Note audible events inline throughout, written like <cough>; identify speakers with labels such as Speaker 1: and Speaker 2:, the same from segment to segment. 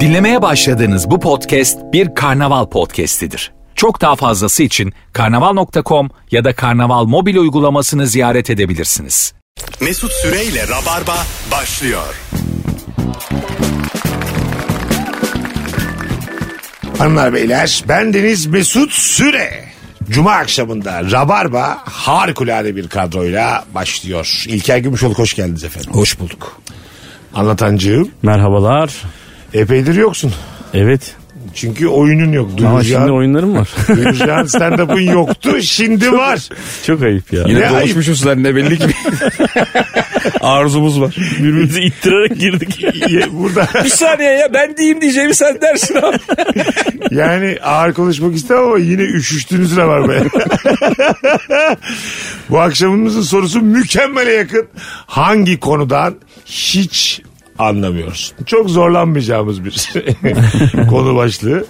Speaker 1: Dinlemeye başladığınız bu podcast bir karnaval podcastidir. Çok daha fazlası için karnaval.com ya da karnaval mobil uygulamasını ziyaret edebilirsiniz.
Speaker 2: Mesut Süreyle Rabarba başlıyor.
Speaker 3: Hanımlar beyler ben Deniz Mesut Süre. Cuma akşamında Rabarba harikulade bir kadroyla başlıyor. İlker Gümüşoluk hoş geldiniz efendim.
Speaker 4: Hoş bulduk.
Speaker 3: Anlatancığım
Speaker 4: Merhabalar.
Speaker 3: epeydir yoksun.
Speaker 4: Evet.
Speaker 3: Çünkü oyunun yok.
Speaker 4: Ama
Speaker 3: Duyuracağın,
Speaker 4: şimdi oyunlarım
Speaker 5: <laughs>
Speaker 4: var.
Speaker 3: duyuracağın stand-up'ın yoktu şimdi var.
Speaker 4: Çok ayıp ya.
Speaker 3: Ne
Speaker 5: Yine
Speaker 3: ayıp.
Speaker 5: doluşmuşuz seninle belli ki. Arzumuz var.
Speaker 4: Birbirimizi ittirerek girdik.
Speaker 3: Ye- Burada
Speaker 5: <laughs> Bir saniye ya ben diyeyim diyeceğimi sen dersin abi.
Speaker 3: yani ağır konuşmak istemem ama yine üşüştüğünüz Rabarba'ya. Bu akşamımızın sorusu mükemmele yakın. Hangi konudan hiç anlamıyoruz? Çok zorlanmayacağımız bir <laughs> konu başlığı.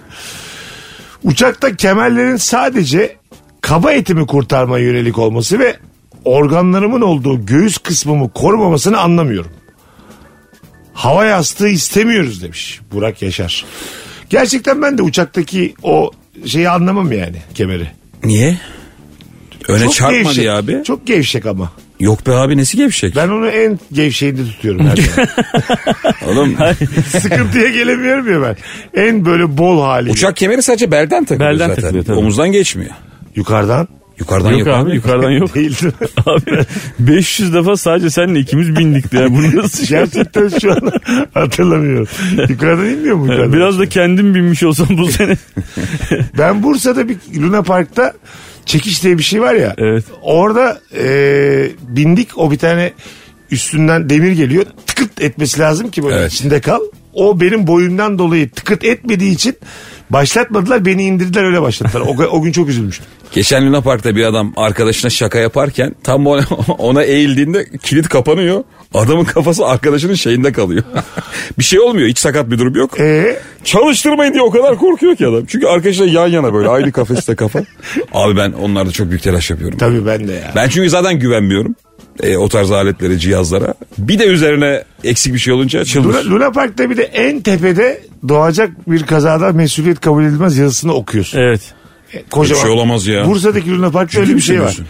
Speaker 3: Uçakta kemerlerin sadece kaba etimi kurtarma yönelik olması ve organlarımın olduğu göğüs kısmımı korumamasını anlamıyorum. Hava yastığı istemiyoruz demiş Burak Yaşar. Gerçekten ben de uçaktaki o şeyi anlamam yani kemeri.
Speaker 5: Niye? Öne çarpma
Speaker 3: gevşek.
Speaker 5: diye abi.
Speaker 3: Çok gevşek ama.
Speaker 5: Yok be abi nesi gevşek?
Speaker 3: Ben onu en gevşeğinde tutuyorum her
Speaker 4: <laughs>
Speaker 3: zaman.
Speaker 5: Oğlum
Speaker 3: Sıkıntıya gelemiyorum ya ben. En böyle bol hali.
Speaker 5: uçak kemeri sadece belden takılıyor
Speaker 4: Belden
Speaker 5: zaten.
Speaker 4: takılıyor tabii.
Speaker 5: Omuzdan geçmiyor.
Speaker 3: Yukarıdan
Speaker 5: Yukarıdan
Speaker 4: Yok abi yukarıdan
Speaker 3: <laughs>
Speaker 4: yok.
Speaker 3: değildi.
Speaker 4: Abi 500 defa sadece senle ikimiz bindik ya. Bu nasıl şey?
Speaker 3: Gerçekten şu an <laughs> hatırlamıyorum. Yukarıdan inmiyor mu yukarıdan?
Speaker 4: Biraz da kendim binmiş olsam bu
Speaker 5: <laughs>
Speaker 4: sene.
Speaker 3: Ben Bursa'da bir Luna Park'ta çekiş diye bir şey var ya.
Speaker 4: Evet.
Speaker 3: Orada e, bindik o bir tane üstünden demir geliyor. Tıkırt etmesi lazım ki böyle
Speaker 5: Evet.
Speaker 3: içinde kal. O benim boyumdan dolayı tıkırt etmediği için başlatmadılar beni indirdiler öyle başlattılar. O, o gün çok üzülmüştüm.
Speaker 5: Geçen Luna Park'ta bir adam arkadaşına şaka yaparken tam ona, <laughs> ona eğildiğinde kilit kapanıyor. Adamın kafası arkadaşının şeyinde kalıyor. <laughs> bir şey olmuyor. Hiç sakat bir durum yok.
Speaker 3: E,
Speaker 5: Çalıştırmayın diye o kadar korkuyor ki adam. Çünkü arkadaşlar yan yana böyle aynı kafeste kafa. Abi ben onlarda çok büyük telaş yapıyorum.
Speaker 3: tabii ben de ya.
Speaker 5: Ben çünkü zaten güvenmiyorum. E, o tarz aletlere, cihazlara. Bir de üzerine eksik bir şey olunca
Speaker 3: Luna,
Speaker 5: çıldır.
Speaker 3: Luna Park'ta bir de en tepede doğacak bir kazada mesuliyet kabul edilmez yazısını okuyorsun.
Speaker 4: Evet.
Speaker 3: Kocaman.
Speaker 5: Bir şey olamaz ya.
Speaker 3: Bursa'daki Luna Park'ta öyle
Speaker 5: Ciddi
Speaker 3: bir
Speaker 5: misin
Speaker 3: şey var.
Speaker 5: diyorsun?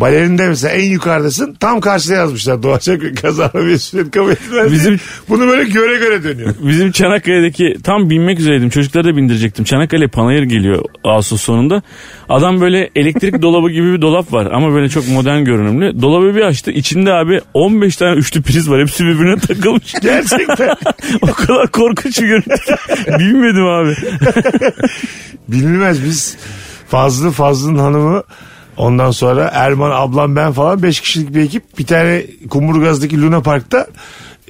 Speaker 3: Balerinde mesela en yukarıdasın tam karşıya yazmışlar doğacak bir kaza mesuliyet kabul edilmez. Bizim...
Speaker 4: Bizim-
Speaker 3: Bunu böyle göre göre
Speaker 5: <laughs>
Speaker 3: dönüyor.
Speaker 4: Bizim Çanakkale'deki tam binmek üzereydim. Çocukları da bindirecektim. Çanakkale Panayır geliyor Ağustos sonunda. Adam böyle elektrik <laughs> dolabı gibi bir dolap var ama böyle çok modern görünümlü. Dolabı bir açtı. İçinde abi 15 tane üçlü priz var. Hepsi birbirine takılmış.
Speaker 3: Gerçekten
Speaker 4: <laughs> o kadar korkunç bir görüntü. <laughs> Bilmedim abi.
Speaker 3: bilinmez biz Fazlı Fazlı'nın hanımı ondan sonra Erman ablam ben falan 5 kişilik bir ekip bir tane Kumburgaz'daki Luna Park'ta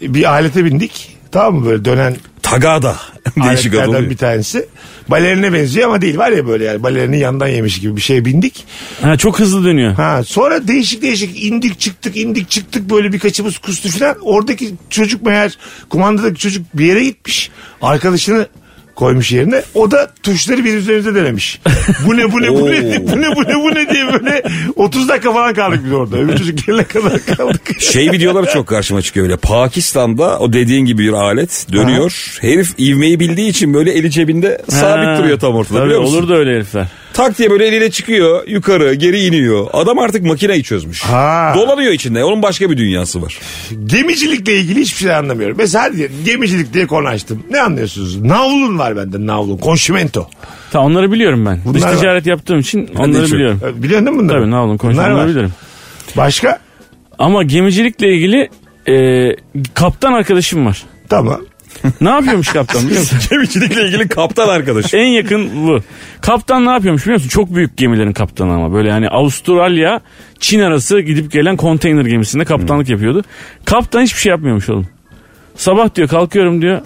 Speaker 3: bir alete bindik. Tamam mı böyle dönen
Speaker 5: Tagada. <laughs> Değişik adı
Speaker 3: aletlerden
Speaker 5: oluyor.
Speaker 3: bir tanesi. Balerine benziyor ama değil var ya böyle yani balerini yandan yemiş gibi bir şeye bindik.
Speaker 4: Ha, çok hızlı dönüyor.
Speaker 3: Ha sonra değişik değişik indik çıktık indik çıktık böyle birkaçımız kustu filan. Oradaki çocuk meğer kumandadaki çocuk bir yere gitmiş. Arkadaşını koymuş yerine. O da tuşları bir üzerimize denemiş. Bu ne bu ne bu ne bu ne bu ne bu ne diye böyle 30 dakika falan kaldık biz orada. Öbür çocuk gelene kadar
Speaker 4: <laughs>
Speaker 3: kaldık.
Speaker 5: Şey videoları çok karşıma çıkıyor öyle. Pakistan'da o dediğin gibi bir alet dönüyor. Herif ivmeyi bildiği için böyle eli cebinde sabit
Speaker 4: Ha.
Speaker 5: duruyor tam ortada
Speaker 4: Tabii,
Speaker 5: biliyor musun?
Speaker 4: Olur da öyle herifler.
Speaker 5: Tak diye böyle eliyle çıkıyor yukarı geri iniyor. Adam artık makineyi çözmüş.
Speaker 3: Ha.
Speaker 5: Dolanıyor içinde. Onun başka bir dünyası var.
Speaker 3: Gemicilikle ilgili hiçbir şey anlamıyorum. Mesela hadi diyelim, gemicilik diye konu açtım. Ne anlıyorsunuz? Navlun var bende navlun. Konşimento.
Speaker 4: Ta onları biliyorum ben. Dış
Speaker 3: Bunlar var.
Speaker 4: ticaret yaptığım için onları
Speaker 5: içiyorum.
Speaker 4: biliyorum.
Speaker 3: Ee, Biliyorsun değil mi bunları?
Speaker 4: Tabii ne olun
Speaker 3: Bunlar var.
Speaker 4: konuşmaları bilirim.
Speaker 3: Başka?
Speaker 4: Ama gemicilikle ilgili e, kaptan arkadaşım var.
Speaker 3: Tamam.
Speaker 4: Ne yapıyormuş kaptan biliyor
Speaker 5: <laughs>
Speaker 4: musun?
Speaker 5: Gemicilikle ilgili kaptan arkadaş.
Speaker 4: En yakın bu. Kaptan ne yapıyormuş biliyor musun? Çok büyük gemilerin kaptanı ama. Böyle yani Avustralya, Çin arası gidip gelen konteyner gemisinde kaptanlık
Speaker 5: Hmm.
Speaker 4: yapıyordu. Kaptan hiçbir şey yapmıyormuş oğlum. Sabah diyor kalkıyorum diyor.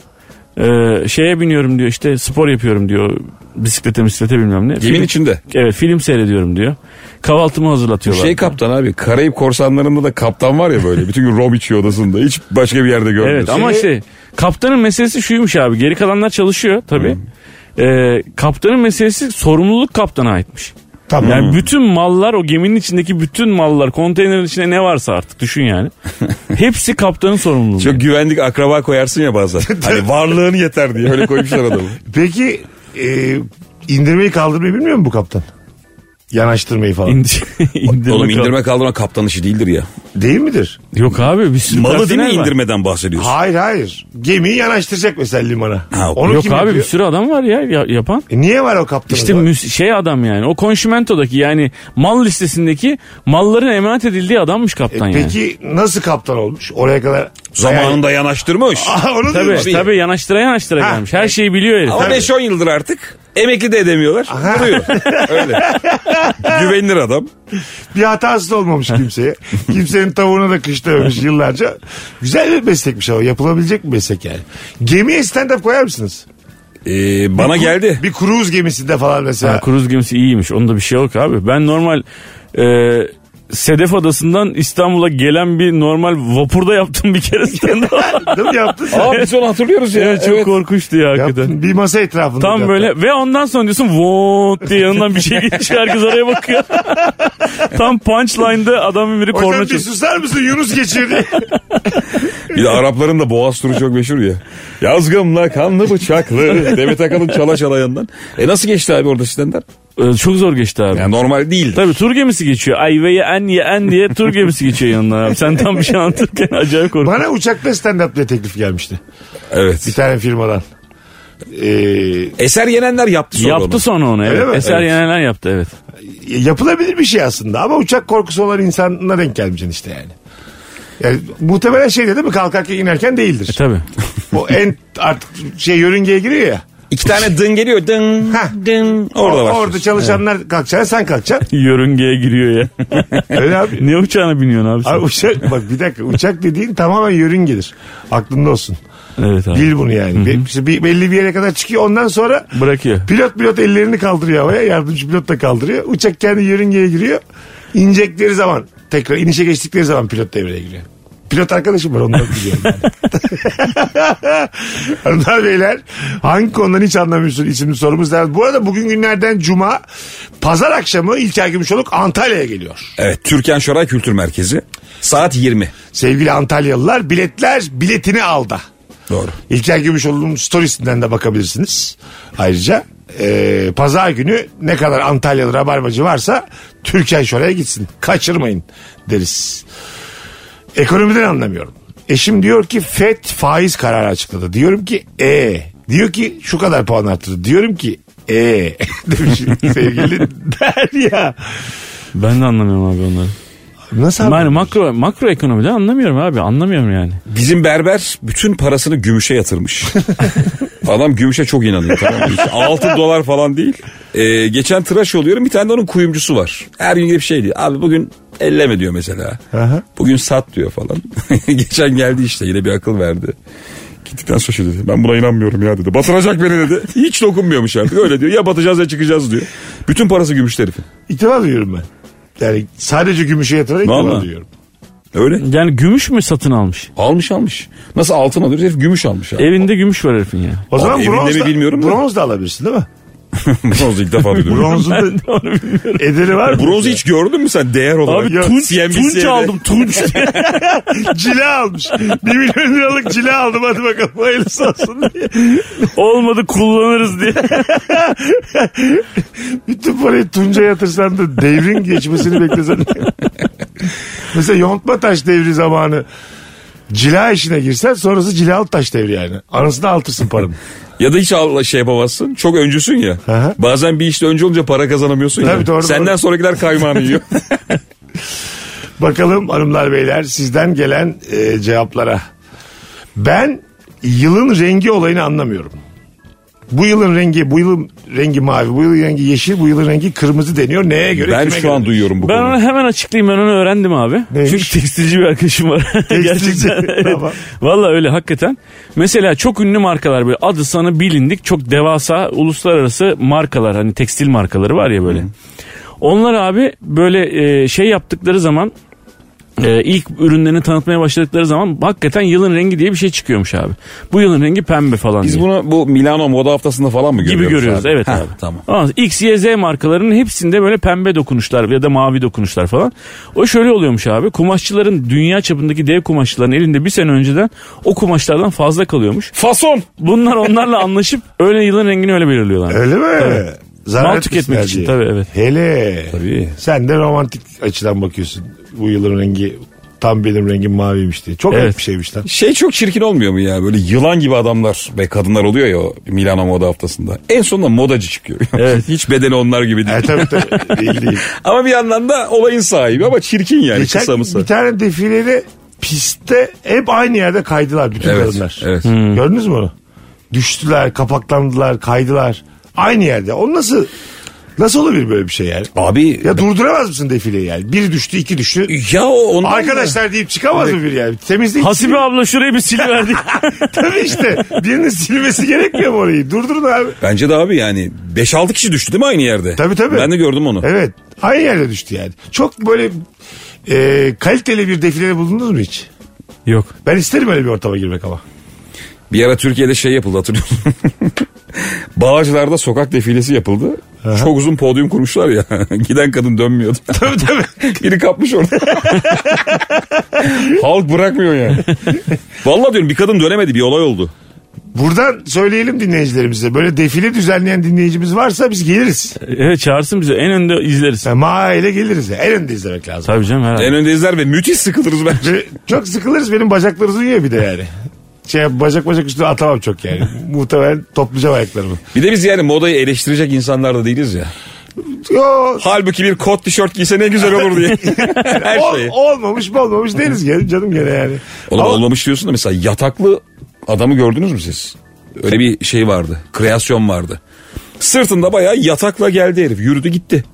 Speaker 4: e, şeye biniyorum diyor işte spor yapıyorum diyor. Bisiklete bisiklete bilmem ne.
Speaker 5: Gemin
Speaker 4: Film-
Speaker 5: içinde.
Speaker 4: Evet film seyrediyorum diyor. Kahvaltımı hazırlatıyorlar.
Speaker 5: Şey kaptan abi Karayip korsanlarında da kaptan var ya böyle bütün gün rom içiyor odasında hiç başka bir yerde görmüyorsun.
Speaker 4: Evet ama şey kaptanın meselesi şuymuş abi
Speaker 5: Hmm.
Speaker 4: E, geri kalanlar çalışıyor tabii. Ee, kaptanın meselesi sorumluluk kaptana aitmiş.
Speaker 3: Tamam.
Speaker 4: Yani bütün mallar o geminin içindeki bütün mallar konteynerin içinde ne varsa artık düşün yani. Hepsi kaptanın sorumluluğu.
Speaker 5: Çok güvendik akraba koyarsın ya bazen. hani varlığın yeter diye öyle koymuşlar adamı.
Speaker 3: Peki e, indirmeyi kaldırmayı bilmiyor mu bu kaptan? Yanaştırmayı falan.
Speaker 4: <laughs> İndir- indirme
Speaker 5: Oğlum
Speaker 4: kal-
Speaker 5: indirme kaldırma kaptan işi değildir ya.
Speaker 3: Değil midir?
Speaker 4: Yok abi bir sürü
Speaker 5: Malı değil
Speaker 4: personel
Speaker 5: mi
Speaker 4: var.
Speaker 5: indirmeden bahsediyorsun?
Speaker 3: Hayır hayır. Gemiyi yanaştıracak mesela limana.
Speaker 5: Ha,
Speaker 3: Onu
Speaker 4: Yok
Speaker 3: kim
Speaker 4: abi bir
Speaker 3: yapıyor?
Speaker 4: sürü adam var ya ya- yapan.
Speaker 3: E, niye var o kaptanın?
Speaker 4: İşte
Speaker 3: da?
Speaker 4: müs- şey adam yani o konşimentodaki yani mal listesindeki malların emanet edildiği adammış
Speaker 3: E,
Speaker 4: kaptan yani.
Speaker 3: peki nasıl kaptan olmuş? Oraya kadar. <laughs>
Speaker 5: Zamanında yanaştırmış.
Speaker 3: Aa, onu
Speaker 4: Tabii,
Speaker 3: diyorum.
Speaker 4: tabii yanaştıra yanaştıra
Speaker 3: Ha.
Speaker 4: gelmiş. Her şeyi biliyor herif.
Speaker 5: Ama 5-10 yıldır artık emekli de edemiyorlar. Duruyor. Öyle. Güvenilir adam.
Speaker 3: Bir hatası da olmamış
Speaker 4: <laughs>
Speaker 3: kimseye. Kimsenin tavuğuna da kış dövmüş yıllarca. Güzel bir meslekmiş ama yapılabilecek bir meslek yani. Gemiye stand-up koyar mısınız?
Speaker 5: Ee, bana geldi.
Speaker 3: Bir cruise gemisinde falan mesela.
Speaker 4: Ha, kruz gemisi iyiymiş. Onda bir şey yok abi. Ben normal e, Sedef Adası'ndan İstanbul'a gelen bir normal vapurda yaptım bir kere
Speaker 3: <laughs>
Speaker 4: stand-up.
Speaker 3: Değil mi yaptın sen?
Speaker 5: Aa biz onu hatırlıyoruz ya.
Speaker 4: Evet, çok korkunçtu ya hakikaten.
Speaker 3: Yaptın. Bir masa etrafında.
Speaker 4: Tam
Speaker 3: zaten.
Speaker 4: böyle ve ondan sonra diyorsun vot diye yanından bir şey geçiyor herkes oraya bakıyor. <laughs> Tam punchline'da adamın biri
Speaker 3: Hocam
Speaker 4: korna
Speaker 3: bir
Speaker 4: çalıyor.
Speaker 3: susar mısın Yunus geçiyor diye.
Speaker 5: Bir de Arapların da boğaz turu çok meşhur ya. Yazgımla kanlı bıçaklı. Demet Akalın çala çala yandan. E nasıl geçti abi orada sizden
Speaker 4: Ee, Çok zor geçti abi.
Speaker 5: Yani normal değil.
Speaker 4: Tabii tur gemisi geçiyor. Ay ve ye en ye en diye tur gemisi geçiyor yanına abi. Sen tam bir şey anlatırken acayip
Speaker 3: <laughs>
Speaker 4: korkuyorsun.
Speaker 3: Bana uçakta stand-up diye teklif gelmişti. Bir
Speaker 5: Evet.
Speaker 3: tane firmadan. Ee,
Speaker 5: Eser yenenler yaptı sonra
Speaker 4: Yaptı
Speaker 5: onu.
Speaker 4: sonra onu
Speaker 3: Öyle mi?
Speaker 4: evet. Eser
Speaker 3: Evet.
Speaker 4: Yeneler yaptı evet.
Speaker 3: yapılabilir bir şey aslında ama uçak korkusu olan insanına denk gelmeyeceksin işte yani. Yani muhtemelen şey değil mi kalkarken inerken değildir.
Speaker 4: E, Tabii. <laughs>
Speaker 3: o en artık şey yörüngeye giriyor ya.
Speaker 5: İki tane dın geliyor. Dın
Speaker 3: Hah.
Speaker 5: dın. Orada
Speaker 3: O-
Speaker 5: var.
Speaker 3: Orada çalışanlar kalkacaksın sen
Speaker 4: <laughs>
Speaker 3: kalkacaksın.
Speaker 4: Yörüngeye giriyor ya.
Speaker 3: <laughs> Öyle abi.
Speaker 4: Niye uçağına biniyorsun abi sen?
Speaker 3: Abi uçak bak bir dakika uçak dediğin tamamen yörüngedir. Aklında olsun.
Speaker 4: evet abi.
Speaker 3: Bil bunu yani. Bir- işte bir, belli bir yere kadar çıkıyor ondan sonra
Speaker 4: Bırakıyor.
Speaker 3: pilot pilot ellerini kaldırıyor havaya yardımcı pilot da kaldırıyor. Uçak kendi yörüngeye giriyor. İnecekleri zaman tekrar inişe geçtikleri zaman pilot devreye giriyor. Pilot arkadaşım var ondan biliyorum. yani. Hanımlar beyler hangi konudan hiç anlamıyorsun isimli sorumuz da. Bu arada bugün günlerden cuma pazar akşamı İlker Gümüşoluk Antalya'ya geliyor.
Speaker 5: Evet Türkan Şoray Kültür Merkezi. Saat 20.
Speaker 3: Sevgili Antalyalılar biletler biletini aldı.
Speaker 5: Doğru.
Speaker 3: İlker Gümüşoğlu'nun storiesinden de bakabilirsiniz. Ayrıca e, pazar günü ne kadar Antalyalı rabarbacı varsa Türkan Şoray'a gitsin. Kaçırmayın deriz. Ekonomiden anlamıyorum. Eşim diyor ki FED faiz kararı açıkladı. Diyorum ki e Diyor ki şu kadar puan arttırdı. Diyorum ki e <laughs> demiş sevgili
Speaker 5: <laughs>
Speaker 3: Derya.
Speaker 4: Ben de anlamıyorum abi onları.
Speaker 3: Nasıl
Speaker 4: Yani
Speaker 3: anladın?
Speaker 4: makro makroekonomiden anlamıyorum abi. Anlamıyorum yani.
Speaker 5: Bizim berber bütün parasını gümüşe yatırmış. Adam gümüşe çok inanıyor tamam mı? 6 dolar falan değil. Ee, geçen tıraş oluyorum bir tane de onun kuyumcusu var. Her gün gelip şey diyor. Abi bugün elleme diyor mesela.
Speaker 3: Aha.
Speaker 5: Bugün sat diyor falan. <laughs> geçen geldi işte yine bir akıl verdi. Gittikten sonra şey dedi. Ben buna inanmıyorum ya dedi. Batıracak beni dedi. Hiç dokunmuyormuş artık öyle diyor. Ya batacağız ya çıkacağız diyor. Bütün parası gümüş herifin.
Speaker 3: İtibar duyuyorum ben. Yani sadece gümüşe yatırarak itibar
Speaker 5: Vallahi.
Speaker 3: duyuyorum.
Speaker 5: Öyle.
Speaker 4: Yani gümüş mü satın almış?
Speaker 5: Almış almış. Nasıl altın alıyoruz herif gümüş almış. <laughs> Abi.
Speaker 4: Evinde gümüş var herifin ya.
Speaker 3: O zaman
Speaker 5: Abi evinde
Speaker 3: bronz
Speaker 5: mi
Speaker 3: da,
Speaker 5: bilmiyorum da.
Speaker 3: bronz da alabilirsin değil mi?
Speaker 5: Bronzu ilk defa duydum.
Speaker 3: Bronzun da ederi var mı?
Speaker 5: Bronzu hiç gördün mü sen değer olarak?
Speaker 4: Abi
Speaker 5: Yok.
Speaker 4: tunç,
Speaker 5: CNBC'de.
Speaker 4: tunç aldım tunç.
Speaker 3: cila almış. Bir milyon liralık cila aldım hadi bakalım hayırlısı olsun diye.
Speaker 4: Olmadı kullanırız diye.
Speaker 3: Bütün parayı Tunca yatırsan da devrin geçmesini beklesen. Mesela yontma taş devri zamanı cila işine girsen sonrası cilalı taş devri yani. Anasını altırsın paranın.
Speaker 5: Ya da hiç al- şey yapamazsın. Çok öncüsün ya.
Speaker 3: Aha.
Speaker 5: Bazen bir işte önce olunca para kazanamıyorsun
Speaker 3: Tabii
Speaker 5: ya.
Speaker 3: doğru,
Speaker 5: Senden
Speaker 3: doğru.
Speaker 5: sonrakiler kaymağını yiyor.
Speaker 3: <laughs> Bakalım hanımlar beyler sizden gelen e, cevaplara. Ben yılın rengi olayını anlamıyorum. Bu yılın rengi, bu yılın rengi mavi, bu yılın rengi yeşil, bu yılın rengi kırmızı deniyor. Neye göre?
Speaker 5: ben
Speaker 3: kime
Speaker 5: şu an
Speaker 3: göre?
Speaker 5: duyuyorum bu
Speaker 4: Ben onu
Speaker 5: konuyu.
Speaker 4: hemen açıklayayım ben onu öğrendim abi.
Speaker 3: Neymiş?
Speaker 4: Çünkü tekstilci bir arkadaşım var. <laughs> Gerçekten. Evet.
Speaker 3: Tamam.
Speaker 4: Valla öyle hakikaten. Mesela çok ünlü markalar böyle adı sana bilindik çok devasa uluslararası markalar hani tekstil markaları var ya böyle. Onlar abi böyle e, şey yaptıkları zaman e, ilk ürünlerini tanıtmaya başladıkları zaman hakikaten yılın rengi diye bir şey çıkıyormuş abi. Bu yılın rengi pembe falan
Speaker 5: Biz
Speaker 4: diye.
Speaker 5: bunu bu Milano moda haftasında falan mı görüyoruz?
Speaker 4: gibi görüyoruz.
Speaker 5: abi?
Speaker 4: Evet
Speaker 5: Heh,
Speaker 4: abi.
Speaker 5: Tamam.
Speaker 4: Ama X, Y, Z markalarının hepsinde böyle pembe dokunuşlar ya da mavi dokunuşlar falan. O şöyle oluyormuş abi. Kumaşçıların dünya çapındaki dev kumaşçıların elinde bir sene önceden o kumaşlardan fazla kalıyormuş.
Speaker 5: Fason.
Speaker 4: Bunlar
Speaker 5: <laughs>
Speaker 4: onlarla anlaşıp öyle yılın rengini öyle belirliyorlar.
Speaker 3: Öyle mi?
Speaker 4: Tabii.
Speaker 3: Zarar
Speaker 4: Mal tüketmek
Speaker 3: etmişler
Speaker 4: için,
Speaker 3: diye.
Speaker 4: tabii, evet.
Speaker 3: Hele.
Speaker 5: Tabii.
Speaker 3: Sen de romantik açıdan bakıyorsun. Bu yılın rengi tam benim rengim maviymiş diye. Çok
Speaker 4: Evet.
Speaker 3: evet. bir şeymiş lan. <laughs>
Speaker 5: Şey çok çirkin olmuyor mu ya? Böyle yılan gibi adamlar ve kadınlar oluyor ya o Milano moda haftasında. En sonunda modacı çıkıyor. <laughs>
Speaker 4: Evet.
Speaker 5: Hiç bedeni onlar gibi değil.
Speaker 3: E, tabii tabii. Değil,
Speaker 4: <laughs>
Speaker 3: değil.
Speaker 5: Ama bir yandan da olayın sahibi ama çirkin yani
Speaker 4: Hani
Speaker 3: Geçen
Speaker 5: kısa mısa.
Speaker 3: bir tane defilede pistte hep aynı yerde kaydılar bütün
Speaker 5: Evet,
Speaker 3: kadınlar. Hmm.
Speaker 5: evet.
Speaker 4: Hmm.
Speaker 3: Gördünüz mü onu? Düştüler, kapaklandılar, kaydılar. Aynı yerde. O nasıl nasıl olabilir böyle bir şey yani?
Speaker 5: Abi
Speaker 3: Ya durduramaz mısın defileyi yani? Bir düştü, iki düştü.
Speaker 5: ya o ondan da-
Speaker 3: Arkadaşlar deyip çıkamaz mı bir yani? Temizlik.
Speaker 4: Hasibe abla şurayı bir siliverdik.
Speaker 3: Tabii işte. Birinin silmesi gerekmiyor mu orayı? Durdurun abi.
Speaker 5: Bence de abi yani 5-6 kişi düştü değil mi aynı yerde?
Speaker 3: Tabii tabii.
Speaker 5: Ben de gördüm onu.
Speaker 3: Evet. Aynı yerde düştü yani. Çok böyle e, kaliteli bir defilede bulundunuz mu hiç?
Speaker 4: Yok.
Speaker 3: Ben isterim öyle bir ortama girmek ama.
Speaker 5: Bir ara Türkiye'de şey yapıldı hatırlıyor musun? <laughs> Bağcılar'da sokak defilesi yapıldı. Çok uzun podyum kurmuşlar ya. <laughs> Giden kadın <laughs> dönmüyordu.
Speaker 3: Tabii tabii.
Speaker 5: Biri kapmış orada. <laughs> Halk bırakmıyor <laughs> yani. Vallahi diyorum bir kadın dönemedi bir olay oldu.
Speaker 3: Buradan söyleyelim dinleyicilerimize. Böyle defile düzenleyen dinleyicimiz varsa biz geliriz.
Speaker 4: Evet çağırsın bizi. En önde izleriz.
Speaker 3: Yani maaile geliriz. ya. En önde izlemek lazım.
Speaker 4: Tabii canım herhalde.
Speaker 5: En önde izler ve müthiş sıkılırız bence.
Speaker 3: Ve Çok sıkılırız. Benim bacaklar uzun ya bir de yani. Şey bacak bacak üstüne atamam çok yani. Muhtemelen toplayacağım ayaklarımı.
Speaker 5: Bir de biz yani modayı eleştirecek insanlar da değiliz ya.
Speaker 3: Yo,
Speaker 5: Halbuki bir kot tişört giyse ne güzel olur <laughs> diye. Her
Speaker 3: ol-
Speaker 5: şeyi.
Speaker 3: olmamış olmamış deriz gel- canım gene yani.
Speaker 5: Oğlum
Speaker 3: Ama-
Speaker 5: olmamış diyorsun da mesela yataklı adamı gördünüz mü siz? Öyle bir şey vardı. Kreasyon vardı. Sırtında bayağı yatakla geldi herif. Yürüdü gitti.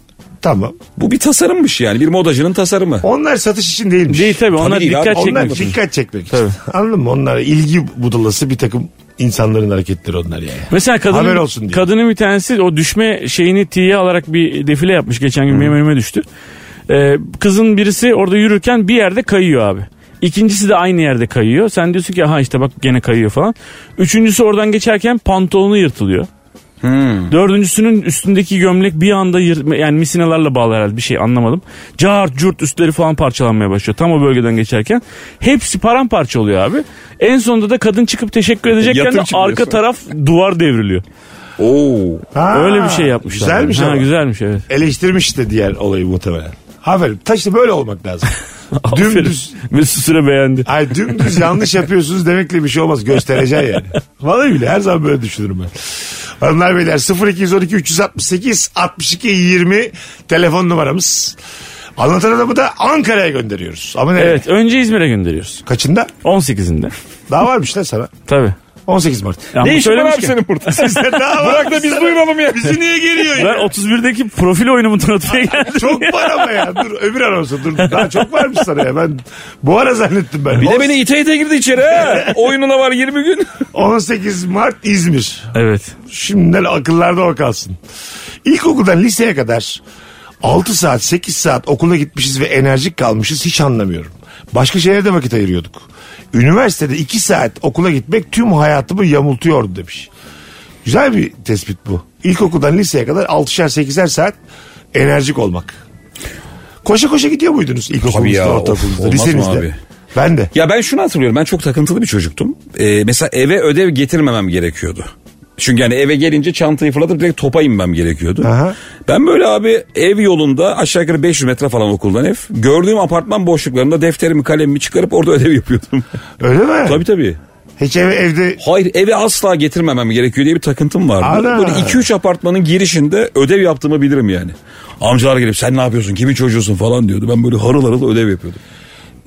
Speaker 3: Tamam.
Speaker 5: Bu bir tasarımmış yani. Bir modacının tasarımı.
Speaker 3: Onlar satış için değilmiş.
Speaker 4: Değil tabii onlar
Speaker 5: Tabii değil
Speaker 4: dikkat
Speaker 5: abi.
Speaker 3: Onlar
Speaker 4: çekmek için.
Speaker 3: dikkat çekmek için. Anladın mı? Onlar ilgi budalası bir takım insanların hareketleri onlar yani.
Speaker 4: Mesela kadının,
Speaker 3: Haber olsun diye.
Speaker 4: kadının bir tanesi o düşme şeyini tiye alarak bir defile yapmış. Geçen gün benim önüme düştü. Ee, kızın birisi orada yürürken bir yerde kayıyor abi. İkincisi de aynı yerde kayıyor. Sen diyorsun ki aha işte bak gene kayıyor falan. Üçüncüsü oradan geçerken pantolonu yırtılıyor. Dördüncüsünün üstündeki gömlek bir anda yır, yani misinalarla bağlı herhalde bir şey anlamadım. Cart curt üstleri falan parçalanmaya başlıyor tam o bölgeden geçerken. Hepsi paramparça oluyor abi. En sonunda da kadın çıkıp teşekkür edecekken
Speaker 5: Yatır
Speaker 4: de
Speaker 5: çıkıyor
Speaker 4: arka
Speaker 5: sonra.
Speaker 4: taraf duvar devriliyor.
Speaker 5: Oo.
Speaker 3: Ha,
Speaker 4: Öyle bir şey yapmışlar.
Speaker 3: Güzelmiş
Speaker 4: ha,
Speaker 3: ama.
Speaker 4: Güzelmiş evet.
Speaker 3: Eleştirmiş de diğer olayı muhtemelen. Aferin. Ta işte böyle olmak lazım. dümdüz,
Speaker 4: <laughs> Aferin. Mesut Süre beğendi.
Speaker 3: ay dümdüz yanlış yapıyorsunuz demekle bir şey olmaz. Göstereceksin yani. Vallahi bile her zaman böyle düşünürüm ben. Hanımlar beyler 0212 368 62 20 telefon numaramız. Anlatan adamı da Ankara'ya gönderiyoruz. Ama nereye?
Speaker 4: Evet önce İzmir'e gönderiyoruz.
Speaker 3: Kaçında?
Speaker 4: 18'inde.
Speaker 3: Daha varmış lan sana.
Speaker 4: Tabii.
Speaker 3: 18 Mart.
Speaker 4: Ya
Speaker 5: Ne
Speaker 4: bu
Speaker 5: işin var
Speaker 4: söylemiş
Speaker 5: abi
Speaker 4: ki-
Speaker 3: <laughs>
Speaker 5: senin burada?
Speaker 3: Bizde daha var.
Speaker 5: Bırak da biz duyuralım ya.
Speaker 3: Bizi niye geliyor ya?
Speaker 4: Ben 31'deki profil oyunumu tanıtmaya geldim.
Speaker 3: Çok var ama ya. Dur öbür anonsu dur. Daha çok varmış sana ya. Ben bu ara zannettim ben.
Speaker 5: Bir de beni ite ite girdi içeri ha. Oyununa var 20 gün.
Speaker 3: 18 Mart İzmir.
Speaker 4: Evet.
Speaker 3: Şimdiden akıllarda o kalsın. İlkokuldan liseye kadar 6 saat 8 saat okula gitmişiz ve enerjik kalmışız hiç anlamıyorum. Başka şeylere de vakit ayırıyorduk. Üniversitede 2 saat okula gitmek tüm hayatımı yamultuyordu demiş. Güzel bir tespit bu. İlkokuldan liseye kadar 6'şer 8'er saat enerjik olmak. Koşa koşa gidiyor muydunuz
Speaker 5: Tabii
Speaker 3: ilkokulunuzda,
Speaker 5: ya, of,
Speaker 3: ortaokulunuzda,
Speaker 5: olmaz mı
Speaker 3: lisenizde?
Speaker 5: abi?
Speaker 3: Ben de.
Speaker 5: Ya ben şunu hatırlıyorum. Ben çok takıntılı bir çocuktum. Ee, mesela eve ödev getirmemem gerekiyordu. Çünkü yani eve gelince çantayı fırlatıp direkt topa inmem gerekiyordu.
Speaker 3: Aha.
Speaker 5: Ben böyle abi ev yolunda aşağı yukarı 500 metre falan okuldan ev. Gördüğüm apartman boşluklarında defterimi kalemimi çıkarıp orada ödev
Speaker 3: <laughs>
Speaker 5: yapıyordum.
Speaker 3: Öyle mi?
Speaker 5: tabii tabii.
Speaker 3: Hiç eve, evde
Speaker 5: Hayır eve asla getirmemem gerekiyor diye bir takıntım vardı.
Speaker 3: Ana.
Speaker 5: Böyle 2-3 apartmanın girişinde ödev yaptığımı bilirim yani. Amcalar gelip sen ne yapıyorsun kimin çocuğusun falan diyordu. Ben böyle harıl harıl ödev yapıyordum.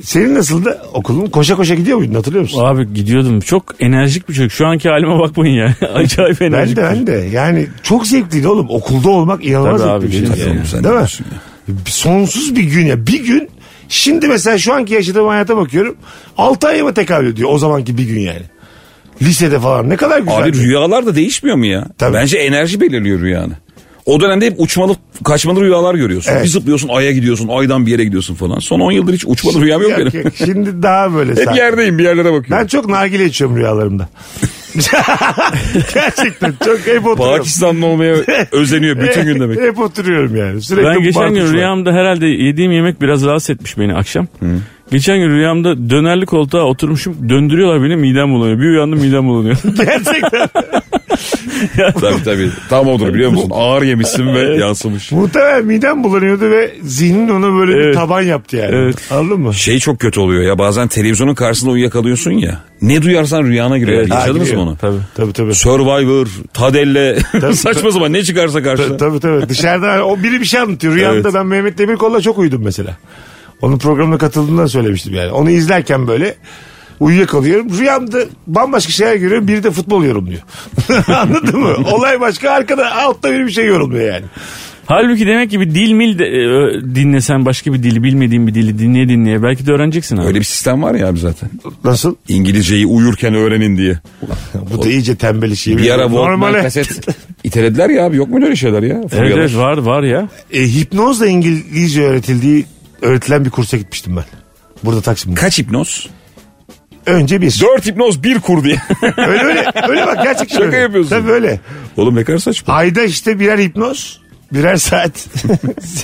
Speaker 3: Senin nasıldı okulun? Koşa koşa gidiyor muydun hatırlıyor musun?
Speaker 4: Abi gidiyordum. Çok enerjik bir çocuk. Şu anki halime bakmayın ya. <laughs> Acayip
Speaker 3: Ben
Speaker 4: enerjik.
Speaker 3: de ben de. Yani çok zevkliydi oğlum. Okulda olmak inanılmaz
Speaker 4: Tabii abi,
Speaker 3: zevkli bir
Speaker 4: tabii
Speaker 3: şey.
Speaker 5: oğlum, sen
Speaker 3: Yani. Değil mi?
Speaker 5: diyorsun
Speaker 3: Sonsuz bir gün ya. Bir gün şimdi mesela şu anki yaşadığım hayata bakıyorum. 6 ayıma tekabül ediyor o zamanki bir gün yani. Lisede falan ne kadar güzel. şey.
Speaker 5: Abi rüyalar da değişmiyor mu ya?
Speaker 3: Tabii.
Speaker 5: Bence enerji belirliyor rüyanı. O dönemde hep uçmalı kaçmalı rüyalar görüyorsun.
Speaker 3: Evet.
Speaker 5: Bir zıplıyorsun aya gidiyorsun aydan bir yere gidiyorsun falan. Son 10 yıldır hiç uçmalı rüyam yok
Speaker 3: Yok,
Speaker 5: benim.
Speaker 3: yok. Şimdi daha böyle
Speaker 5: <laughs> Hep
Speaker 3: sakin.
Speaker 5: yerdeyim bir yerlere
Speaker 3: Ben
Speaker 5: bakıyorum.
Speaker 3: çok nargile içiyorum
Speaker 5: <laughs>
Speaker 3: rüyalarımda. <laughs> Gerçekten çok hep oturuyorum.
Speaker 5: <laughs> Pakistanlı olmaya özeniyor bütün
Speaker 3: <laughs>
Speaker 5: gün demek.
Speaker 3: Hep oturuyorum yani. Sürekli
Speaker 4: Ben geçen gün
Speaker 3: barkuşlar.
Speaker 4: rüyamda herhalde yediğim yemek biraz rahatsız etmiş beni akşam. Geçen gün rüyamda dönerli koltuğa oturmuşum döndürüyorlar beni midem bulanıyor. Bir uyandım midem bulanıyor.
Speaker 3: <laughs> Gerçekten.
Speaker 5: tabii tabii. Tam odur biliyor musun? Ağır yemişsin ve yansımış.
Speaker 3: Muhtemelen midem bulanıyordu ve zihnin ona böyle bir
Speaker 4: Evet.
Speaker 3: taban yaptı yani.
Speaker 4: Evet.
Speaker 3: Anladın mı?
Speaker 5: Şey çok kötü oluyor ya bazen televizyonun karşısında uyuyakalıyorsun ya. Ne duyarsan rüyana giriyor.
Speaker 4: Evet,
Speaker 3: ha,
Speaker 5: Yaşadınız mı
Speaker 3: giriyor.
Speaker 5: onu?
Speaker 4: Tabii.
Speaker 3: Tabii tabii.
Speaker 5: Survivor, Tadelle, <laughs> saçma zaman ne çıkarsa karşına.
Speaker 3: Ta- tabii
Speaker 4: <laughs>
Speaker 3: tabii. Dışarıda o biri bir şey anlatıyor. Rüyamda
Speaker 5: Evet.
Speaker 3: ben Mehmet Demirkol'la çok uyudum mesela. Onun programına katıldığından söylemiştim yani. Onu izlerken böyle uyuyakalıyorum. Rüyamda bambaşka şeyler görüyorum. Biri de futbol yorumluyor. <laughs> Anladın
Speaker 4: <laughs>
Speaker 3: mı? Olay başka arkada altta biri bir şey yorumluyor yani.
Speaker 4: Halbuki demek ki bir dil mil de, e, ö, dinlesen başka bir dili bilmediğin bir dili dinleye dinleye belki de öğreneceksin abi.
Speaker 5: Öyle bir sistem var ya abi zaten.
Speaker 3: Nasıl?
Speaker 5: İngilizceyi uyurken öğrenin diye.
Speaker 3: Bu da iyice tembel işi.
Speaker 5: Bir ara Walkman
Speaker 3: Normale. <laughs>
Speaker 5: kaset itelediler ya abi. Yok mu öyle şeyler ya?
Speaker 4: Evet,
Speaker 5: Furyalar.
Speaker 4: evet var var ya.
Speaker 3: E, hipnozla İngilizce öğretildiği öğretilen bir kursa gitmiştim ben. Burada Taksim'de.
Speaker 5: Kaç hipnoz?
Speaker 3: Önce bir.
Speaker 5: Dört hipnoz bir kur diye. <laughs>
Speaker 3: öyle öyle. Öyle bak gerçekten
Speaker 5: Şaka
Speaker 3: öyle.
Speaker 5: yapıyorsun.
Speaker 3: Tabii öyle.
Speaker 5: Oğlum ne kadar saçma.
Speaker 3: Ayda işte birer hipnoz. Birer saat. <laughs>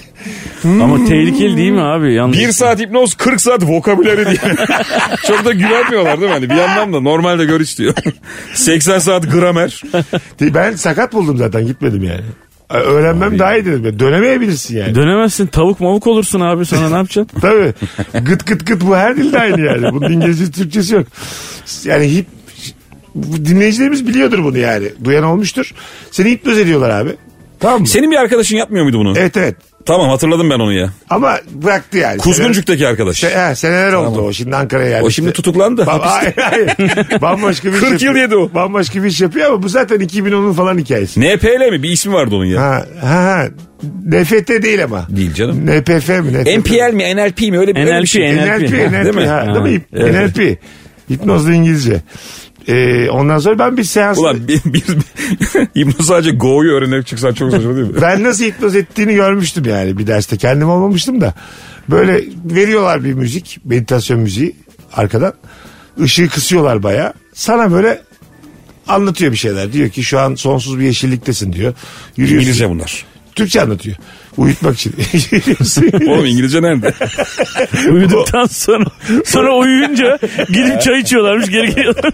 Speaker 4: Ama tehlikeli değil mi abi? Yalnız
Speaker 5: Bir saat hipnoz 40 saat vokabüleri diye. <laughs> Çok da güvenmiyorlar değil mi? Hani bir yandan da normalde gör <laughs> istiyor. 80 saat gramer.
Speaker 3: ben sakat buldum zaten gitmedim yani. Ö- Öğrenmem daha iyi dedim. ben. Dönemeyebilirsin yani.
Speaker 4: Dönemezsin tavuk mavuk olursun abi sana ne <laughs> yapacaksın?
Speaker 3: Tabii. Gıt gıt gıt bu her dilde aynı yani. Bunun İngilizcesi Türkçesi yok. Yani hip bu dinleyicilerimiz biliyordur bunu yani. Duyan olmuştur. Seni hipnoz ediyorlar abi. Tamam mı?
Speaker 5: Senin bir arkadaşın yapmıyor muydu bunu?
Speaker 3: Evet evet.
Speaker 5: Tamam hatırladım ben onu ya.
Speaker 3: Ama bıraktı yani.
Speaker 5: Kuzguncuk'taki arkadaş.
Speaker 3: Seneler- He, seneler oldu o şimdi Ankara'ya yerleşti.
Speaker 5: O şimdi tutuklandı.
Speaker 3: Ba- hayır,
Speaker 5: <laughs>
Speaker 3: hayır. Bambaşka bir iş
Speaker 5: 40 yıl
Speaker 3: yapıyor.
Speaker 5: yedi o.
Speaker 3: Bambaşka bir iş yapıyor ama bu zaten 2010'un falan hikayesi.
Speaker 5: NPL mi? Bir ismi vardı onun ya.
Speaker 3: Ha, ha, ha. NFT değil ama.
Speaker 5: Değil canım.
Speaker 3: NPF mi? NPF?
Speaker 5: NPL mi? NLP mi? Öyle bir, öyle bir
Speaker 4: NLP,
Speaker 5: şey.
Speaker 3: NLP.
Speaker 4: NLP.
Speaker 3: NLP.
Speaker 5: Değil mi?
Speaker 3: ha,
Speaker 4: Ha,
Speaker 3: değil mi?
Speaker 4: evet.
Speaker 3: NLP. Hipnozlu İngilizce. Ee, ondan sonra ben bir seans...
Speaker 5: Ulan bir, bir, <laughs> hipnoz sadece Go'yu öğrenip çıksan çok saçma değil mi?
Speaker 3: Ben nasıl hipnoz ettiğini görmüştüm yani bir derste. Kendim olmamıştım da. Böyle veriyorlar bir müzik, meditasyon müziği arkadan. Işığı kısıyorlar bayağı. Sana böyle anlatıyor bir şeyler. Diyor ki şu an sonsuz bir yeşilliktesin diyor. Yürüyorsun.
Speaker 5: İngilizce bunlar.
Speaker 3: Türkçe anlatıyor. Uyutmak için. <laughs>
Speaker 5: Oğlum İngilizce nerede?
Speaker 4: Uyuduktan sonra sonra uyuyunca gidip çay içiyorlarmış geri geliyorlar.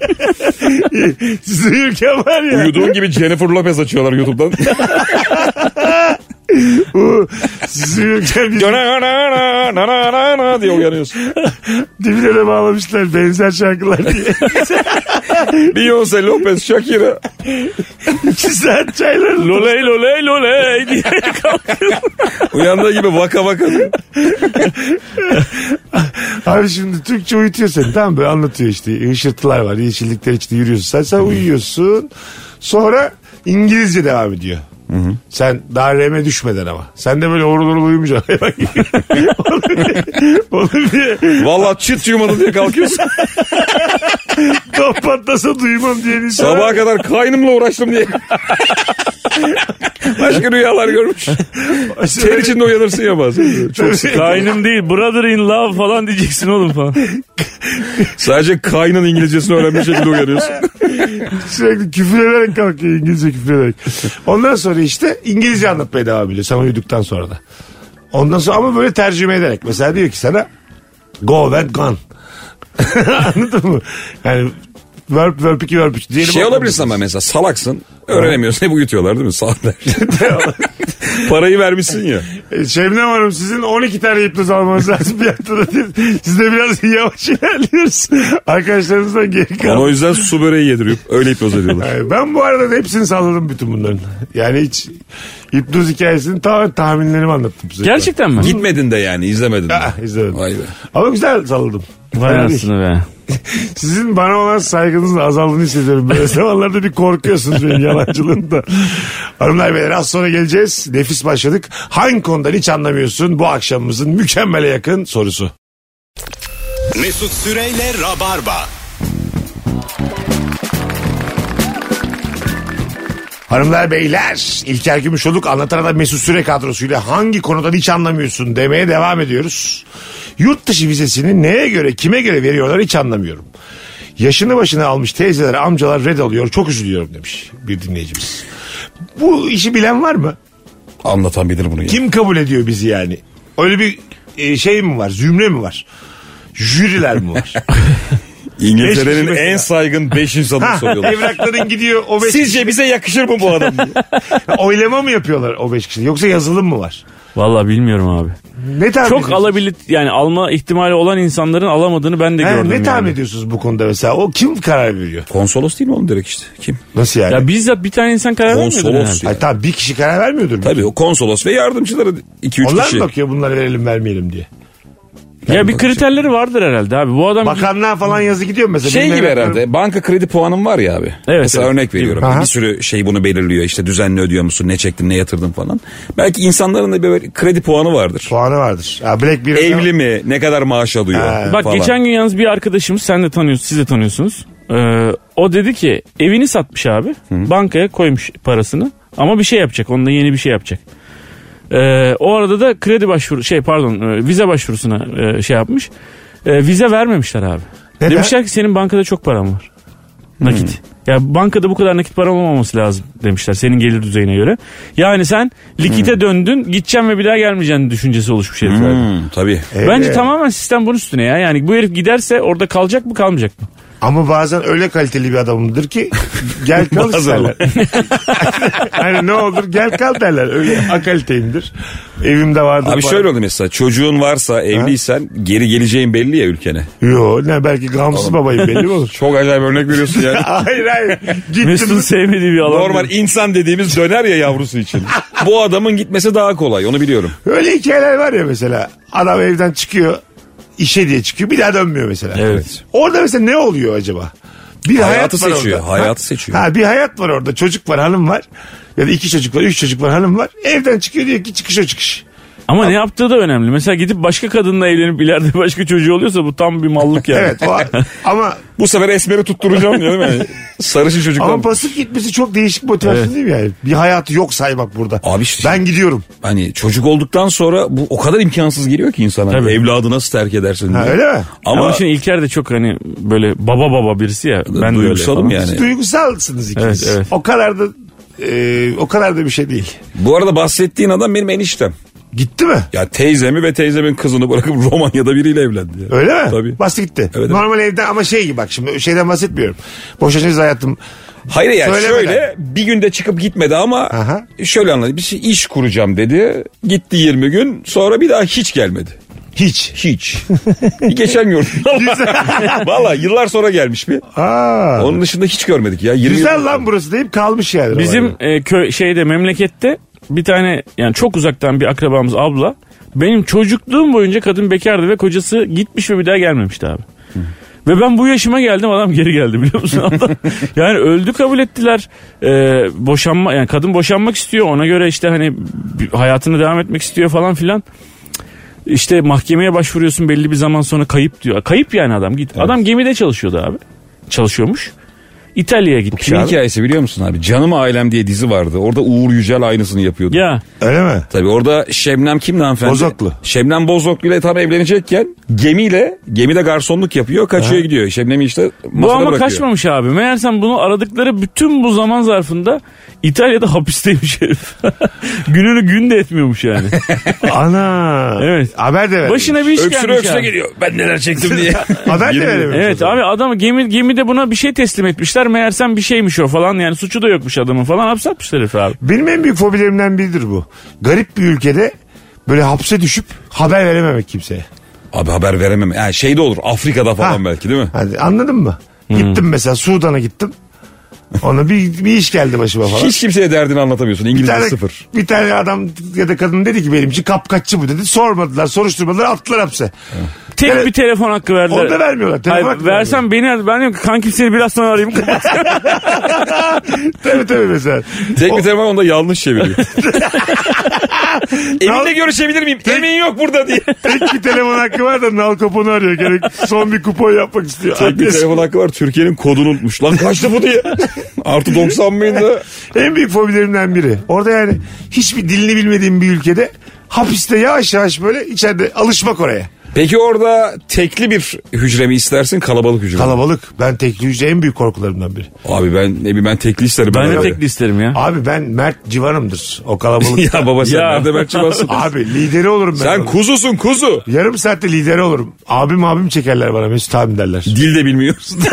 Speaker 3: Sizin ülke var ya.
Speaker 5: Uyuduğun gibi Jennifer Lopez açıyorlar YouTube'dan. <laughs>
Speaker 3: Bu- Sizin ülke bir
Speaker 5: Na na na na na na na diye uyanıyorsun.
Speaker 3: dibine de bağlamışlar benzer şarkılar diye.
Speaker 5: Beyoncé, Lopez, Shakira.
Speaker 3: İki saat çaylarını
Speaker 4: <laughs> Loley loley loley diye.
Speaker 5: Uyandığı gibi vaka vaka.
Speaker 3: Abi şimdi Türkçe uyutuyor seni tamam mı? Böyle anlatıyor işte ışırtılar var yeşillikler içinde yürüyorsun sen sen uyuyorsun sonra İngilizce devam ediyor. Sen daha reme düşmeden ama. Sen de böyle horul horul uyumayacaksın. <laughs> Bak. onu, bir, onu bir
Speaker 5: Valla çıt yumadı diye kalkıyorsun.
Speaker 3: top patlasa duymam diyen insan.
Speaker 5: Sabaha kadar kaynımla uğraştım diye. Başka rüyalar görmüş.
Speaker 3: <laughs>
Speaker 5: Ter içinde uyanırsın ya bazen. Çok sık.
Speaker 4: Kaynım değil brother in love falan diyeceksin oğlum falan.
Speaker 5: Sadece kaynın İngilizcesini öğrenmiş <laughs> şekilde uyanıyorsun.
Speaker 3: Sürekli küfür ederek kalkıyor İngilizce küfür ederek. Ondan sonra işte İngilizce anlatmaya devam ediyor sana uyuduktan sonra da. Ondan sonra ama böyle tercüme ederek. Mesela diyor ki sana go and gone. <laughs> Anladın mı? Yani verb, verb 2, verb 3 diyelim.
Speaker 5: Şey olabilirsin ama mesela salaksın. Öğrenemiyorsun. Hep uyutuyorlar değil mi? Saatler. <laughs> Parayı vermişsin ya.
Speaker 3: <laughs> E, Şebnem Hanım sizin 12 tane hipnoz almanız lazım bir haftada. diyor. Siz de biraz yavaş ilerliyoruz. Arkadaşlarınızdan geri
Speaker 5: Ona o
Speaker 3: kalın.
Speaker 5: yüzden su böreği yedirip öyle hipnoz ediyorlar.
Speaker 3: Yani Ee, Ben bu arada hepsini salladım bütün bunların. Yani hiç hipnoz hikayesini tamamen tahminlerimi anlattım size.
Speaker 4: Gerçekten mi?
Speaker 5: <laughs> Gitmedin de yani izlemedin de.
Speaker 3: Ah, izlemedim.
Speaker 5: Vay be.
Speaker 3: Ama güzel salladım.
Speaker 4: Vay
Speaker 3: Yani
Speaker 4: anasını be.
Speaker 3: sizin bana olan saygınızın azaldığını hissediyorum. Böyle <laughs> zamanlarda bir korkuyorsunuz benim yalancılığımda. Hanımlar beyler az sonra geleceğiz. Nefis başladık. Hangi konudan hiç anlamıyorsun bu akşamımızın mükemmele yakın sorusu.
Speaker 2: Mesut Süreyle Rabarba.
Speaker 3: Hanımlar beyler İlker Gümüşoluk anlatan adam Mesut Süre kadrosuyla hangi konudan hiç anlamıyorsun demeye devam ediyoruz. Yurt dışı vizesini neye göre kime göre veriyorlar hiç anlamıyorum. Yaşını başına almış teyzeler amcalar red alıyor çok üzülüyorum demiş bir dinleyicimiz. Bu işi bilen var mı?
Speaker 5: Anlatan bilir bunu ya.
Speaker 3: Kim kabul ediyor bizi yani? Öyle bir e, şey mi var zümre mi var? Jüriler mi var? Beş kişi
Speaker 5: İngiltere'nin
Speaker 3: mesela.
Speaker 5: en saygın 5 insanını soruyorlar.
Speaker 3: Evrakların gidiyor o beş
Speaker 5: Sizce bize yakışır mı bu adam? diye.
Speaker 3: kişi- <laughs> oylama mı yapıyorlar o beş kişi yoksa yazılım mı var?
Speaker 4: Vallahi bilmiyorum abi.
Speaker 3: Ne tahmin
Speaker 4: Çok
Speaker 3: ediyorsunuz?
Speaker 4: alabilir yani alma ihtimali olan insanların alamadığını ben de
Speaker 3: Ha,
Speaker 4: gördüm.
Speaker 3: ne
Speaker 4: yani.
Speaker 3: tahmin ediyorsunuz bu konuda mesela? O kim karar veriyor?
Speaker 5: Konsolos değil mi oğlum direkt işte? Kim?
Speaker 3: Nasıl yani?
Speaker 4: Ya bizzat bir tane insan karar vermiyordur herhalde.
Speaker 5: Konsolos. ya.
Speaker 3: Ay, tamam bir kişi karar vermiyordur.
Speaker 5: Tabii o konsolos ve yardımcıları 2-3
Speaker 3: Onlar
Speaker 5: kişi.
Speaker 3: mı bakıyor bunları verelim vermeyelim diye?
Speaker 4: Ya bir kriterleri vardır herhalde abi. Bu adam
Speaker 3: Bakanlığa falan yazı gidiyor mu mesela.
Speaker 5: Şey
Speaker 3: Bilmem
Speaker 5: gibi
Speaker 3: ne-
Speaker 5: herhalde banka kredi puanım var ya abi.
Speaker 4: Evet,
Speaker 5: Mesela
Speaker 4: evet.
Speaker 5: örnek veriyorum.
Speaker 3: Aha.
Speaker 5: Bir sürü şey bunu belirliyor işte düzenli ödüyor musun ne çektin ne yatırdın falan. Belki insanların da böyle kredi puanı vardır.
Speaker 3: Puanı vardır. Ha, Black bir
Speaker 5: Evli mi ne kadar maaş alıyor
Speaker 3: Ha.
Speaker 4: bak
Speaker 5: Ee, falan.
Speaker 4: geçen gün yalnız bir arkadaşımız sen de tanıyorsun siz de tanıyorsunuz. Ee, o dedi ki evini satmış abi. Bankaya koymuş parasını. Ama bir şey yapacak. Onunla yeni bir şey yapacak. Ee, o arada da kredi başvuru şey pardon e, vize başvurusuna e, şey yapmış. E, vize vermemişler abi.
Speaker 3: Neden?
Speaker 4: Demişler ki senin bankada çok paran var.
Speaker 5: Hmm.
Speaker 4: Nakit. Ya bankada bu kadar nakit paran olmaması lazım demişler senin gelir düzeyine göre. Yani sen likite döndün gideceksin ve bir daha gelmeyeceksin düşüncesi oluşmuş heriflerde.
Speaker 5: Hmm, tabii.
Speaker 3: E,
Speaker 4: Bence tamamen sistem bunun üstüne ya. Yani bu herif giderse orada kalacak mı kalmayacak mı?
Speaker 3: Ama bazen öyle kaliteli bir adamdır
Speaker 5: <laughs>
Speaker 3: ki gel kal isterler. <laughs> hani ne olur gel kal derler. Öyle akaliteyimdir. Evimde vardır.
Speaker 5: Abi
Speaker 3: para.
Speaker 5: şöyle oldu mesela çocuğun varsa evliysen geri geleceğin belli ya ülkene.
Speaker 3: Yo ne belki gamsız babayım belli mi
Speaker 5: <laughs>
Speaker 3: olur?
Speaker 5: Çok acayip örnek veriyorsun yani.
Speaker 3: hayır hayır.
Speaker 4: Mesut'un
Speaker 3: Gittim.
Speaker 4: sevmediği bir alan.
Speaker 5: <laughs> Normal insan dediğimiz döner ya yavrusu için. Bu adamın gitmesi daha kolay onu biliyorum.
Speaker 3: Öyle hikayeler var ya mesela. Adam evden çıkıyor. işe diye çıkıyor. Bir daha dönmüyor mesela.
Speaker 5: Evet.
Speaker 3: Orada mesela ne oluyor acaba? Bir
Speaker 5: Hayatı
Speaker 3: hayat var
Speaker 5: seçiyor,
Speaker 3: Orada.
Speaker 5: hayatı
Speaker 3: Ha?
Speaker 5: seçiyor.
Speaker 3: Ha, bir hayat var orada. Çocuk var, hanım var. Ya da iki çocuk var, üç çocuk var, hanım var. Evden çıkıyor diyor ki çıkış o çıkış.
Speaker 4: Ama ne yaptığı da önemli. Mesela gidip başka kadınla evlenip ileride <laughs> başka çocuğu oluyorsa bu tam bir mallık yani.
Speaker 3: Evet. o-
Speaker 5: <laughs>
Speaker 3: ama
Speaker 5: Bu sefer esmeri tutturacağım diyor değil mi? Sarışın
Speaker 3: ama
Speaker 5: çocuklar.
Speaker 3: pasif gitmesi çok değişik motivasyon değil mi yani? Bir hayatı yok saymak burada.
Speaker 5: Abi işte-
Speaker 3: Ben gidiyorum.
Speaker 5: Hani çocuk olduktan sonra bu o kadar imkansız geliyor ki insana.
Speaker 4: Tabii.
Speaker 5: Evladı nasıl terk edersin diye.
Speaker 3: Ha, öyle mi?
Speaker 5: Ama,
Speaker 4: Ama, şimdi İlker de çok hani böyle baba baba birisi ya. Ben de öyle
Speaker 5: duygusalım
Speaker 4: falan.
Speaker 5: yani.
Speaker 3: Siz duygusalsınız ikiniz.
Speaker 4: Evet, evet.
Speaker 3: O kadar da e, o kadar da bir şey değil.
Speaker 5: Bu arada bahsettiğin adam benim eniştem.
Speaker 3: Gitti mi?
Speaker 5: Ya teyzemi ve teyzemin kızını bırakıp <laughs> Romanya'da biriyle evlendi. ya.
Speaker 3: Öyle mi?
Speaker 5: Tabii.
Speaker 3: Bastı gitti.
Speaker 5: Evet, evet.
Speaker 3: Normal evde ama şey gibi bak şimdi şeyden bahsetmiyorum. Boşanacağız hayatım.
Speaker 5: Hayır yani
Speaker 3: Söylemeden.
Speaker 5: şöyle bir günde çıkıp gitmedi ama
Speaker 3: Aha.
Speaker 5: şöyle anladım. Bir şey iş kuracağım dedi. Gitti 20 gün sonra bir daha hiç gelmedi.
Speaker 3: Hiç. <laughs>
Speaker 5: Hiç. Geçen gördüm. <laughs> Valla yıllar sonra gelmiş bir.
Speaker 3: Aa.
Speaker 5: Onun dışında hiç görmedik ya. 20
Speaker 3: Güzel
Speaker 5: yıl-
Speaker 3: lan burası deyip kalmış yani.
Speaker 4: Bizim e, köy şeyde memlekette bir tane yani çok uzaktan bir akrabamız abla. Benim çocukluğum boyunca kadın bekardı ve kocası gitmiş ve bir daha gelmemişti abi. Ve ben bu yaşıma geldim adam geri geldi biliyor musun? Adam, yani öldü kabul ettiler. E, boşanma yani kadın boşanmak istiyor ona göre işte hani bir- hayatına devam etmek istiyor falan filan. İşte mahkemeye başvuruyorsun belli bir zaman sonra kayıp diyor. Kayıp yani adam git. Adam gemide çalışıyordu abi. Çalışıyormuş. İtalya'ya gitmiş
Speaker 5: Kimin
Speaker 4: abi.
Speaker 5: hikayesi biliyor musun abi? Canım Ailem diye dizi vardı. Orada Uğur Yücel aynısını yapıyordu.
Speaker 4: Ya
Speaker 3: Öyle
Speaker 5: <laughs>
Speaker 3: mi?
Speaker 5: Tabii orada Şebnem kimdi hanımefendi?
Speaker 3: Bozoklu.
Speaker 5: Şebnem Bozoklu ile tam evlenecekken gemiyle gemide garsonluk yapıyor kaçıyor gidiyor. Şebnem'i işte
Speaker 4: Bu
Speaker 5: masada
Speaker 4: ama
Speaker 5: bırakıyor.
Speaker 4: kaçmamış abi. Meğersem bunu aradıkları bütün bu zaman zarfında İtalya'da hapisteymiş herif. <laughs> Gününü gün de etmiyormuş yani.
Speaker 3: Ana.
Speaker 4: Evet.
Speaker 3: Haber de ver.
Speaker 4: Başına bir iş
Speaker 5: Öksüre
Speaker 4: gelmiş
Speaker 5: öksüre
Speaker 4: abi.
Speaker 5: geliyor. Ben neler
Speaker 3: <laughs>
Speaker 5: çektim diye.
Speaker 3: Haber de
Speaker 5: Yemin
Speaker 3: verememiş.
Speaker 4: Evet
Speaker 3: o zaman.
Speaker 4: abi adam gemi, gemide buna bir şey teslim etmişler. Meğersem bir şeymiş o falan yani suçu da yokmuş adamın falan hapse atmışlar herifi abi.
Speaker 3: Benim en büyük fobilerimden biridir bu. Garip bir ülkede böyle hapse düşüp haber verememek kimseye.
Speaker 5: Abi haber veremem. Yani şey de olur Afrika'da falan
Speaker 3: Ha.
Speaker 5: belki değil mi?
Speaker 3: Hadi anladın mı? Gittim mesela Sudan'a gittim. Ona bir, bir iş geldi başıma falan.
Speaker 5: Hiç kimseye derdini anlatamıyorsun.
Speaker 3: bir
Speaker 5: İngilizce
Speaker 3: tane,
Speaker 5: sıfır.
Speaker 3: bir tane adam ya da kadın dedi ki benim için kapkaççı bu dedi. Sormadılar, soruşturmadılar, attılar hapse.
Speaker 4: Tek
Speaker 3: Evet.
Speaker 4: bir telefon hakkı verdiler.
Speaker 3: Onu da vermiyorlar. Telefon
Speaker 4: Hayır,
Speaker 3: hakkı
Speaker 4: versen beni ar- ben diyorum ki kankim seni biraz sonra arayayım.
Speaker 3: tabii tabii mesela. <laughs>
Speaker 5: Tek bir tema onda yanlış çeviriyor. Eminle görüşebilir miyim? Emin yok burada diye.
Speaker 3: Tek bir telefon hakkı var da nal kaponu arıyor. Gerek son bir kupon yapmak istiyor.
Speaker 5: Tek bir
Speaker 3: Annesi-
Speaker 5: telefon hakkı var. Türkiye'nin kodunu unutmuş. Lan kaçtı bu <laughs> diye. Artı 90 mıydı?
Speaker 3: En büyük fobilerimden biri. Orada yani hiçbir dilini bilmediğim bir ülkede hapiste yavaş yavaş böyle içeride alışmak oraya.
Speaker 5: Peki orada tekli bir hücre mi istersin kalabalık hücre mi?
Speaker 3: Kalabalık. Ben tekli hücre en büyük korkularımdan biri.
Speaker 5: Abi ben ne bileyim ben tekli isterim.
Speaker 4: Ben de
Speaker 5: abi.
Speaker 4: tekli isterim ya.
Speaker 3: Abi ben Mert civanımdır. O kalabalık.
Speaker 5: <laughs> ya baba sen
Speaker 4: Ya.
Speaker 5: nerede Berkçi <laughs> basın?
Speaker 3: Abi lideri olurum ben.
Speaker 5: sen
Speaker 3: onun.
Speaker 5: kuzusun kuzu.
Speaker 3: Yarım saatte lideri olurum. Abim abim çekerler bana Mesut abim derler.
Speaker 5: Dil de <laughs> bilmiyorsun.
Speaker 3: <laughs>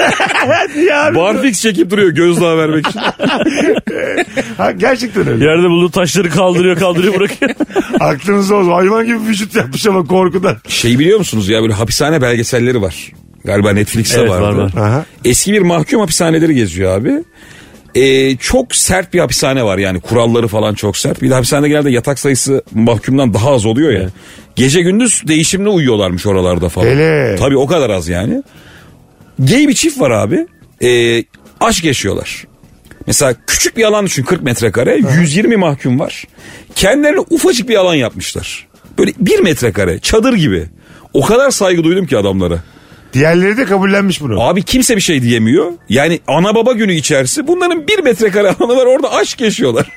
Speaker 3: Ya abi,
Speaker 5: Barfix çekip duruyor gözdağı vermek için.
Speaker 3: ha, gerçekten öyle.
Speaker 4: <laughs> Yerde bulduğu taşları kaldırıyor kaldırıyor bırakıyor.
Speaker 3: Aklınızda olsun. Hayvan gibi vücut yapmış ama korkudan.
Speaker 5: Şey biliyor musunuz ya böyle hapishane belgeselleri var. Galiba Netflix'te
Speaker 4: Evet,
Speaker 5: vardı.
Speaker 4: var, var.
Speaker 3: Aha.
Speaker 5: Eski bir mahkum hapishaneleri geziyor abi. Ee, çok sert bir hapishane var yani kuralları falan çok sert. Bir de hapishanede genelde yatak sayısı mahkumdan daha az oluyor ya. Gece gündüz değişimli uyuyorlarmış oralarda falan.
Speaker 3: Hele.
Speaker 5: Tabii o kadar az yani. Gay bir çift var abi. Ee, aşk yaşıyorlar. Mesela küçük bir alan düşün 40 metrekare 120 mahkum var. Kendilerine ufacık bir alan yapmışlar. Böyle bir metrekare çadır gibi. O kadar saygı duydum ki adamlara.
Speaker 3: Diğerleri de kabullenmiş bunu.
Speaker 5: Abi kimse bir şey diyemiyor. Yani ana baba günü içerisi bunların bir metrekare <laughs> alanı var orada aşk yaşıyorlar.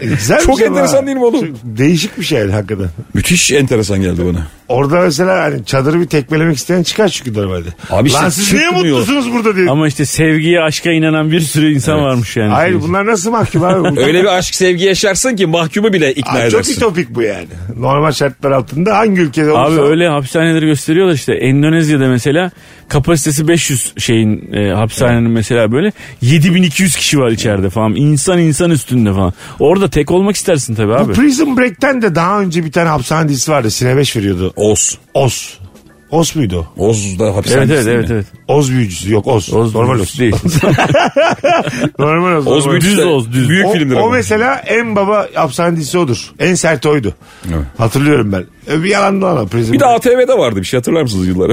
Speaker 3: E, güzel bir
Speaker 5: çok
Speaker 3: şey ama
Speaker 5: enteresan
Speaker 3: ha.
Speaker 5: değil mi oğlum?
Speaker 3: Çok Değişik bir şey hakikaten.
Speaker 5: <laughs> Müthiş enteresan geldi bana.
Speaker 3: Orada mesela hani çadırı bir tekmelemek isteyen çıkar çünkü normalde.
Speaker 5: Abi
Speaker 3: Lan
Speaker 5: işte
Speaker 3: siz niye
Speaker 5: çıkmıyor.
Speaker 3: mutlusunuz burada diye.
Speaker 4: Ama işte sevgiye aşka inanan bir sürü insan varmış yani.
Speaker 3: Hayır bunlar nasıl mahkum abi?
Speaker 5: <laughs> Öyle bir aşk sevgi yaşarsın ki mahkumu bile ikna
Speaker 3: Abi çok
Speaker 5: edersin.
Speaker 3: ütopik bu yani. Normal şartlar altında hangi ülkede olursa.
Speaker 4: Abi öyle hapishaneleri gösteriyorlar işte Endonezya'da mesela kapasitesi 500 şeyin e, hapishanenin mesela böyle 7200 kişi var içeride falan insan insan üstünde falan. Orada tek olmak istersin tabii
Speaker 3: Bu
Speaker 4: abi.
Speaker 3: Prison Break'ten de daha önce bir tane hapishane dizisi vardı. Sine 5 veriyordu.
Speaker 5: Oz.
Speaker 3: Oz. Oz muydu o?
Speaker 5: Oz da hapishane.
Speaker 4: Evet evet evet evet.
Speaker 3: Oz büyücüsü. Yok Oz.
Speaker 4: Oz
Speaker 3: normal
Speaker 4: düz
Speaker 3: Oz.
Speaker 4: değil.
Speaker 3: Normal Oz.
Speaker 5: Oz
Speaker 3: normal
Speaker 5: büyücüsü
Speaker 4: Düz
Speaker 5: de
Speaker 4: Oz, düz.
Speaker 5: Büyük
Speaker 3: O,
Speaker 5: filmdir
Speaker 3: o
Speaker 5: ama.
Speaker 3: mesela en baba hapishane dizisi odur. En sert oydu.
Speaker 5: Evet.
Speaker 3: Hatırlıyorum ben. Öbür yalan da ama Prison
Speaker 5: Bir
Speaker 3: <laughs>
Speaker 5: de
Speaker 3: Break.
Speaker 5: ATV'de vardı bir şey hatırlar mısınız yılları?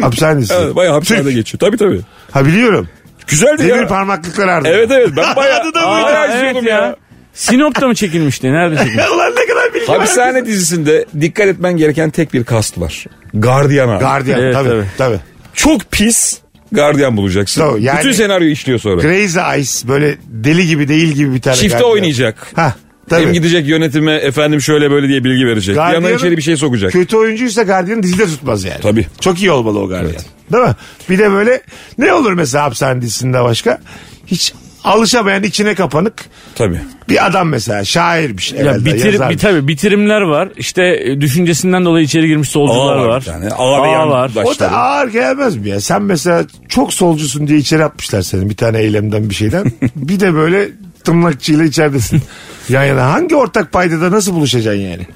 Speaker 3: Hapishane dizisi.
Speaker 5: <laughs> evet, bayağı hapishanede geçiyor. Tabii tabii.
Speaker 3: Ha biliyorum.
Speaker 5: Güzeldi
Speaker 3: Demir
Speaker 5: ya.
Speaker 3: parmaklıklar ardı.
Speaker 5: Evet evet
Speaker 3: <laughs>
Speaker 5: <laughs> ben bayağı,
Speaker 3: Adı da buydu.
Speaker 5: bayağı
Speaker 4: Aa,
Speaker 5: izliyordum
Speaker 4: evet
Speaker 5: ya.
Speaker 4: ya. Sinop'ta mı çekilmişti?
Speaker 3: <laughs>
Speaker 4: Nerede çekilmişti?
Speaker 3: Ulan ne kadar bilgi var.
Speaker 5: Hapishane dizisinde dikkat etmen gereken tek bir kast var. Gardiyan abi.
Speaker 3: Gardiyan
Speaker 4: Evet,
Speaker 3: tabii, tabii
Speaker 4: tabii.
Speaker 5: Çok pis gardiyan bulacaksın.
Speaker 3: Doğru, yani-
Speaker 5: Bütün senaryo işliyor sonra.
Speaker 3: Crazy Eyes böyle deli gibi değil gibi bir tane.
Speaker 5: Çifte
Speaker 3: gardiyan.
Speaker 5: oynayacak.
Speaker 3: Ha tabii.
Speaker 5: Hem gidecek yönetime efendim şöyle böyle diye bilgi verecek. Bir yandan
Speaker 3: Gardiyanın-
Speaker 5: içeri bir şey sokacak.
Speaker 3: Kötü oyuncuysa gardiyanı dizide tutmaz yani.
Speaker 5: Tabii.
Speaker 3: Çok iyi olmalı o gardiyan. Değil mi? Bir de böyle ne olur mesela hapishane dizisinde başka? Hiç alışamayan içine kapanık
Speaker 5: Tabii.
Speaker 3: bir adam mesela şey. şairmiş.
Speaker 4: Ya
Speaker 3: evvelden,
Speaker 4: bitir,
Speaker 3: yazarmış.
Speaker 4: bir, tabii bitirimler var. İşte e, düşüncesinden dolayı içeri girmiş solcular
Speaker 5: Ağa var
Speaker 4: var.
Speaker 5: bir tane. Ağa ve yan
Speaker 4: var.
Speaker 5: daş.
Speaker 3: O da ağır gelmez mi ya? Sen mesela çok solcusun diye içeri atmışlar seni bir tane eylemden bir
Speaker 5: <laughs>
Speaker 3: şeyden. bir de böyle tımlakçıyla içeridesin. Yan yana hangi ortak paydada nasıl buluşacaksın yani?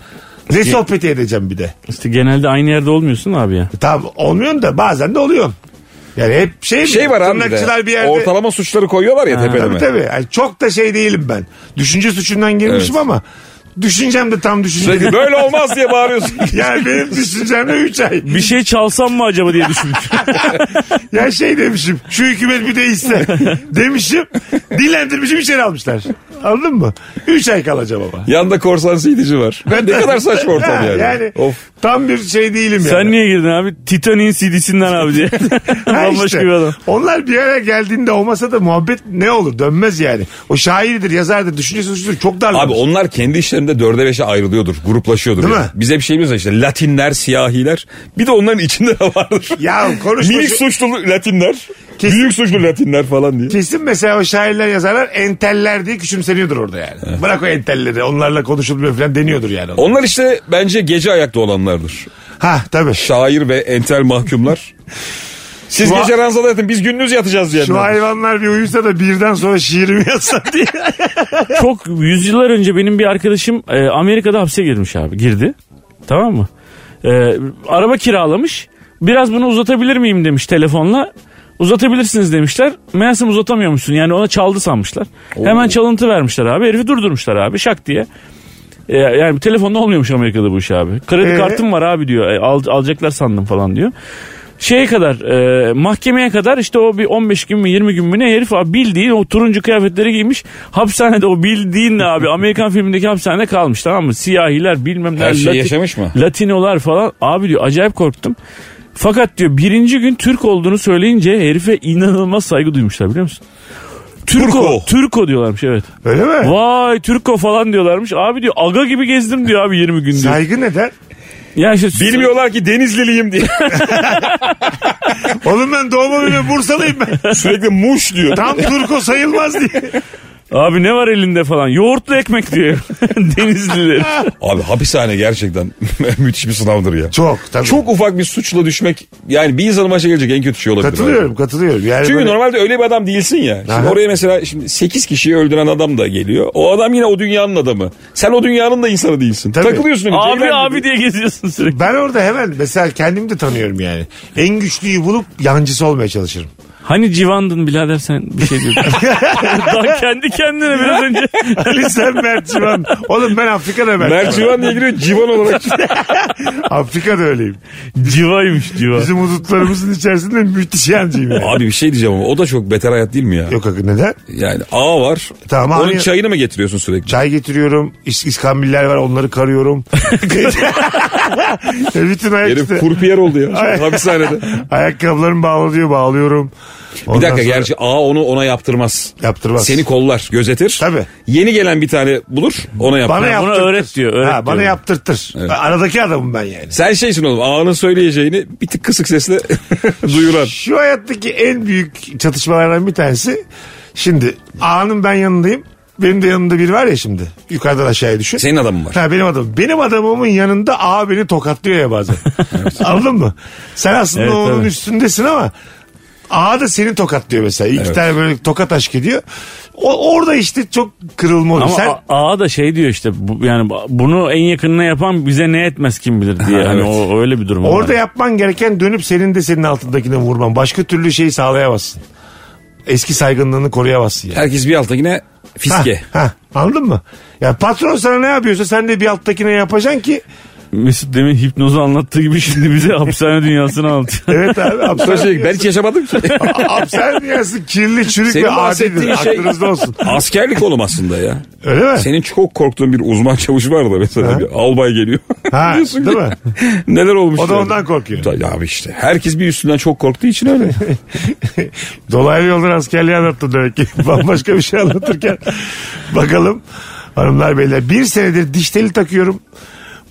Speaker 3: Ne sohbeti edeceğim bir de?
Speaker 4: İşte genelde aynı yerde olmuyorsun abi ya.
Speaker 3: Tamam olmuyorsun da bazen de oluyorsun. Yani hep şey, mi?
Speaker 5: Şey var abi bir
Speaker 3: tırnakçılar
Speaker 5: de.
Speaker 3: bir yerde.
Speaker 5: Ortalama suçları koyuyorlar ya
Speaker 3: Tabii
Speaker 5: tepeleme.
Speaker 3: tabii. Yani çok da şey değilim ben. Düşünce suçundan girmişim
Speaker 5: Evet.
Speaker 3: ama düşüncem de tam düşünce.
Speaker 5: Sürekli böyle olmaz diye bağırıyorsun.
Speaker 3: <laughs> yani benim düşüncemle 3 ay.
Speaker 4: Bir şey çalsam mı acaba diye düşünmüş.
Speaker 3: Ya şey demişim şu hükümet bir
Speaker 5: <laughs>
Speaker 3: değişse demişim dillendirmişim içeri almışlar. Anladın mı? 3 ay kalacağım ama.
Speaker 5: Yanda korsan CD'ci var. ne kadar saçma
Speaker 3: <laughs>
Speaker 5: ortam
Speaker 3: Ha,
Speaker 5: yani. Of.
Speaker 3: tam bir şey değilim yani.
Speaker 4: Sen niye girdin abi? Titanic'in CD'sinden abi diye.
Speaker 3: Ha
Speaker 4: Bambaşka
Speaker 3: işte.
Speaker 4: bir adam.
Speaker 3: Onlar bir yere geldiğinde olmasa da muhabbet ne olur dönmez yani. O şairdir, yazardır, düşüncesi suçludur çok darlanır.
Speaker 5: Abi onlar kendi işlerinde dörde beşe ayrılıyordur. Gruplaşıyordur.
Speaker 3: Değil
Speaker 5: yani.
Speaker 3: mi?
Speaker 5: Bize bir şeyimiz var işte Latinler, siyahiler. Bir de onların içinde <laughs> de vardır.
Speaker 3: Ya konuşma
Speaker 5: Minik
Speaker 3: şu-
Speaker 5: suçlu Latinler.
Speaker 3: Kesin-
Speaker 5: Büyük suçlu Latinler falan diye.
Speaker 3: Kesin mesela o şairler yazarlar enteller diye küçümseniyordur orada yani. Bırak o entelleri onlarla konuşulmuyor falan deniyordur yani.
Speaker 5: Onlar işte bence gece ayakta olanlardır.
Speaker 3: Ha tabii.
Speaker 5: Şair ve entel mahkumlar. Siz
Speaker 3: Şu an-
Speaker 5: gece ranzada yatın biz gündüz yatacağız diyenler.
Speaker 3: Şu hayvanlar bir uyusa da birden sonra şiirimi yazsa
Speaker 4: <laughs>
Speaker 3: diye.
Speaker 4: Çok yüzyıllar önce benim bir arkadaşım e, Amerika'da hapse girmiş abi. Girdi. Tamam mı? E, araba kiralamış. Biraz bunu uzatabilir miyim demiş telefonla. Uzatabilirsiniz demişler. Meğersem uzatamıyormuşsun. Yani ona çaldı sanmışlar. Hemen çalıntı vermişler abi. Herifi durdurmuşlar abi şak diye. E, yani telefonda olmuyormuş Amerika'da bu iş abi. Kredi
Speaker 3: Ee?
Speaker 4: kartım var abi diyor. E, al- alacaklar sandım falan diyor. şeye kadar e, mahkemeye kadar işte o bir 15 gün mü 20 gün mü ne herif abi bildiğin o turuncu kıyafetleri giymiş hapishanede o bildiğin abi Amerikan filmindeki hapishanede kalmış tamam mı siyahiler bilmem ne
Speaker 5: Her şeyi yaşamış mı?
Speaker 4: Latinolar falan abi diyor acayip korktum fakat diyor birinci gün Türk olduğunu söyleyince herife inanılmaz saygı duymuşlar biliyor musun? Türko.
Speaker 3: Turko.
Speaker 4: Türko diyorlarmış evet.
Speaker 3: Öyle mi?
Speaker 4: Vay Türko falan diyorlarmış. Abi diyor aga gibi gezdim diyor abi 20 gündür.
Speaker 3: Saygı neden?
Speaker 4: Ya işte
Speaker 5: Bilmiyorlar ki
Speaker 3: <laughs>
Speaker 5: Denizliliyim diye.
Speaker 3: Oğlum ben doğma bile Bursalıyım ben.
Speaker 5: Sürekli muş diyor.
Speaker 3: Tam Turko sayılmaz
Speaker 4: <laughs>
Speaker 3: diye.
Speaker 4: Abi ne var elinde falan? Yoğurtlu ekmek diyor. Denizliler.
Speaker 5: Abi hapishane gerçekten <laughs> müthiş bir sınavdır ya.
Speaker 3: Çok tabii.
Speaker 5: Çok ufak bir suçla düşmek yani bir insanın başına gelecek en kötü şey olabilir.
Speaker 3: Katılıyorum katılıyorum. Yani
Speaker 5: Çünkü
Speaker 3: böyle-
Speaker 5: normalde öyle bir adam değilsin ya. Şimdi
Speaker 3: Aha.
Speaker 5: oraya mesela şimdi 8 kişiyi öldüren adam da geliyor. O adam yine o dünyanın adamı. Sen o dünyanın da insanı değilsin.
Speaker 3: Tabii.
Speaker 5: Takılıyorsun.
Speaker 4: <laughs> abi
Speaker 5: Ceylan
Speaker 4: abi
Speaker 5: gibi.
Speaker 4: diye geziyorsun sürekli.
Speaker 3: Ben orada hemen mesela kendimi de tanıyorum yani. En güçlüyü bulup yancısı olmaya
Speaker 5: <laughs>
Speaker 3: çalışırım.
Speaker 4: Hani civandın birader sen bir şey diyordun. Daha kendi kendine biraz önce.
Speaker 3: Ali sen Mert Civan. Oğlum ben Afrika'da Mert.
Speaker 5: Mert Civan diye giriyor civan olarak.
Speaker 3: <laughs> Afrika'da öyleyim.
Speaker 4: Civaymış civa.
Speaker 3: Bizim hudutlarımızın içerisinde müthiş yancıyım yani.
Speaker 5: Abi bir şey diyeceğim ama o da çok beter hayat değil mi ya?
Speaker 3: Yok akı neden?
Speaker 5: Yani A var.
Speaker 3: Tamam,
Speaker 5: Onun
Speaker 3: hayır.
Speaker 5: çayını mı getiriyorsun sürekli?
Speaker 3: Çay getiriyorum. is- iskambiller var onları
Speaker 5: <laughs>
Speaker 3: karıyorum. E, Bütün ayak
Speaker 5: Herif
Speaker 3: işte.
Speaker 5: kurpiyer
Speaker 3: <laughs>
Speaker 5: oldu ya. Hapishanede.
Speaker 3: Ayakkabılarım bağlıyor bağlıyorum.
Speaker 5: Bir
Speaker 3: Ondan
Speaker 5: dakika
Speaker 3: sonra
Speaker 5: gerçi A onu ona yaptırmaz.
Speaker 3: Yaptırmaz.
Speaker 5: Seni kollar, gözetir.
Speaker 3: Tabii.
Speaker 5: Yeni gelen bir tane bulur, ona yaptırır.
Speaker 3: bana
Speaker 4: Bunu
Speaker 3: yaptırtır.
Speaker 4: öğret diyor, öğret
Speaker 3: ha, bana
Speaker 4: diyor.
Speaker 3: yaptırtır. Aradaki adamım ben yani.
Speaker 5: Sen şeysin oğlum, A'nın söyleyeceğini bir tık kısık sesle <laughs> duyuran.
Speaker 3: Şu hayattaki en büyük çatışmalardan bir tanesi. Şimdi A'nın ben yanındayım. Benim de yanımda biri var ya şimdi. Yukarıdan aşağıya düşün.
Speaker 5: Senin adamın var.
Speaker 3: Ha, benim adam. Benim adamımın yanında A beni tokatlıyor ya bazen. Anladın mı? Sen aslında
Speaker 4: Evet,
Speaker 3: onun
Speaker 4: tabii.
Speaker 3: üstündesin ama A da seni tokatlıyor mesela. İki
Speaker 5: Evet.
Speaker 3: tane böyle tokat aşk ediyor. O, orada işte çok kırılma oluyor.
Speaker 4: Ama
Speaker 3: Sen
Speaker 4: A- ağa da şey diyor işte bu, yani bunu en yakınına yapan bize ne etmez kim bilir diye.
Speaker 5: Ha,
Speaker 4: hani
Speaker 5: evet.
Speaker 4: o öyle bir durum. var.
Speaker 3: orada yapman gereken dönüp senin de senin altındakine vurman. Başka türlü şeyi sağlayamazsın. Eski saygınlığını koruyamazsın yani.
Speaker 5: Herkes bir altta yine fiske.
Speaker 3: Ha, ha, anladın mı? Ya patron sana ne yapıyorsa sen de bir alttakine yapacaksın ki.
Speaker 4: Mesut demin hipnozu anlattığı gibi şimdi bize hapishane dünyasını anlatıyor. <laughs>
Speaker 3: Evet
Speaker 5: <laughs>
Speaker 3: abi
Speaker 5: Sonra
Speaker 3: hapishane
Speaker 5: şey, ben
Speaker 3: dünyası,
Speaker 5: hiç
Speaker 3: <laughs>
Speaker 5: yaşamadım ki.
Speaker 3: hapishane dünyası kirli çürük
Speaker 5: Senin
Speaker 3: ve adidir.
Speaker 5: bahsettiğin şey-
Speaker 3: Aklınızda olsun.
Speaker 5: Askerlik oğlum aslında ya.
Speaker 3: Öyle mi?
Speaker 5: Senin çok korktuğun bir uzman çavuş var da mesela bir albay geliyor.
Speaker 3: Ha,
Speaker 5: Diyorsun
Speaker 3: değil
Speaker 5: ki,
Speaker 3: mi?
Speaker 5: Neler olmuş?
Speaker 3: O da
Speaker 5: yani?
Speaker 3: ondan korkuyor.
Speaker 5: Ta- Ya abi işte herkes bir üstünden çok korktuğu
Speaker 3: <laughs>
Speaker 5: için öyle.
Speaker 3: Dolaylı yoldan askerliği anlattı demek ki. <laughs> Bambaşka bir şey anlatırken. Bakalım hanımlar beyler. Bir senedir diş teli takıyorum.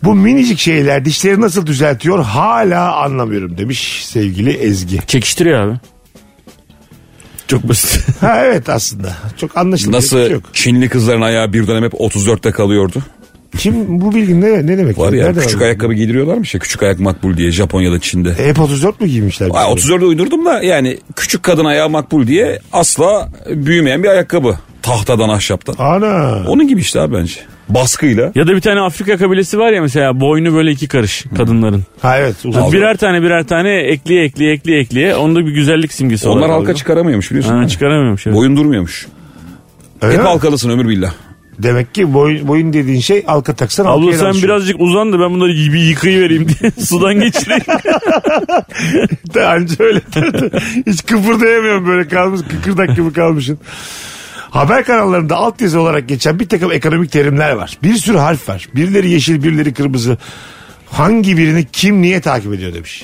Speaker 3: Bu minicik şeyler dişleri nasıl düzeltiyor hala anlamıyorum demiş sevgili Ezgi. <laughs>
Speaker 4: Çekiştiriyor abi. Çok basit.
Speaker 3: Ha evet aslında. Çok şey anlaşılmıyor.
Speaker 5: Nasıl Çinli kızların ayağı bir dönem hep 34'te kalıyordu.
Speaker 3: Kim bu bilgi ne, ne demek?
Speaker 5: Var ya
Speaker 3: Nereden
Speaker 5: küçük
Speaker 3: aldın? E,
Speaker 5: ayakkabı giydiriyorlarmış ya küçük ayak makbul diye Japonya'da Çin'de.
Speaker 3: Hep 34 mu giymişler?
Speaker 5: Ay,
Speaker 3: bizi?
Speaker 5: 34'e uydurdum da yani küçük kadın ayağı makbul diye asla büyümeyen bir ayakkabı. Tahtadan ahşaptan.
Speaker 3: Ana.
Speaker 5: Onun gibi işte abi bence. Baskıyla.
Speaker 4: Ya da bir tane Afrika kabilesi var ya mesela boynu böyle iki karış kadınların.
Speaker 3: Ha evet. uzun.
Speaker 5: Abi,
Speaker 4: Birer tane birer tane ekliye ekliye ekliye ekliye. Onda bir güzellik simgesi
Speaker 5: Onlar
Speaker 4: olarak
Speaker 5: halka
Speaker 4: alıyor.
Speaker 5: çıkaramıyormuş biliyorsun. değil
Speaker 4: Ha,
Speaker 5: mi?
Speaker 4: çıkaramıyorum şey.
Speaker 5: Boyun durmuyormuş.
Speaker 3: Öyle
Speaker 5: Hep
Speaker 3: mi?
Speaker 5: halkalısın ömür billah.
Speaker 3: Demek ki boyun, boyun dediğin şey halka taksan
Speaker 4: Abla
Speaker 3: halkaya
Speaker 4: sen
Speaker 3: yansıyor. <laughs>
Speaker 4: birazcık uzan da ben bunları gibi yıkayıvereyim diye <laughs> sudan geçireyim.
Speaker 3: Daha önce öyle <laughs> derdi. Hiç kıpırdayamıyorum böyle kalmış kıkırdak gibi kalmışsın. Haber kanallarında altyazı olarak geçen bir takım ekonomik terimler var. Bir sürü harf var. Birileri yeşil, birileri kırmızı. Hangi birini kim niye takip ediyor demiş.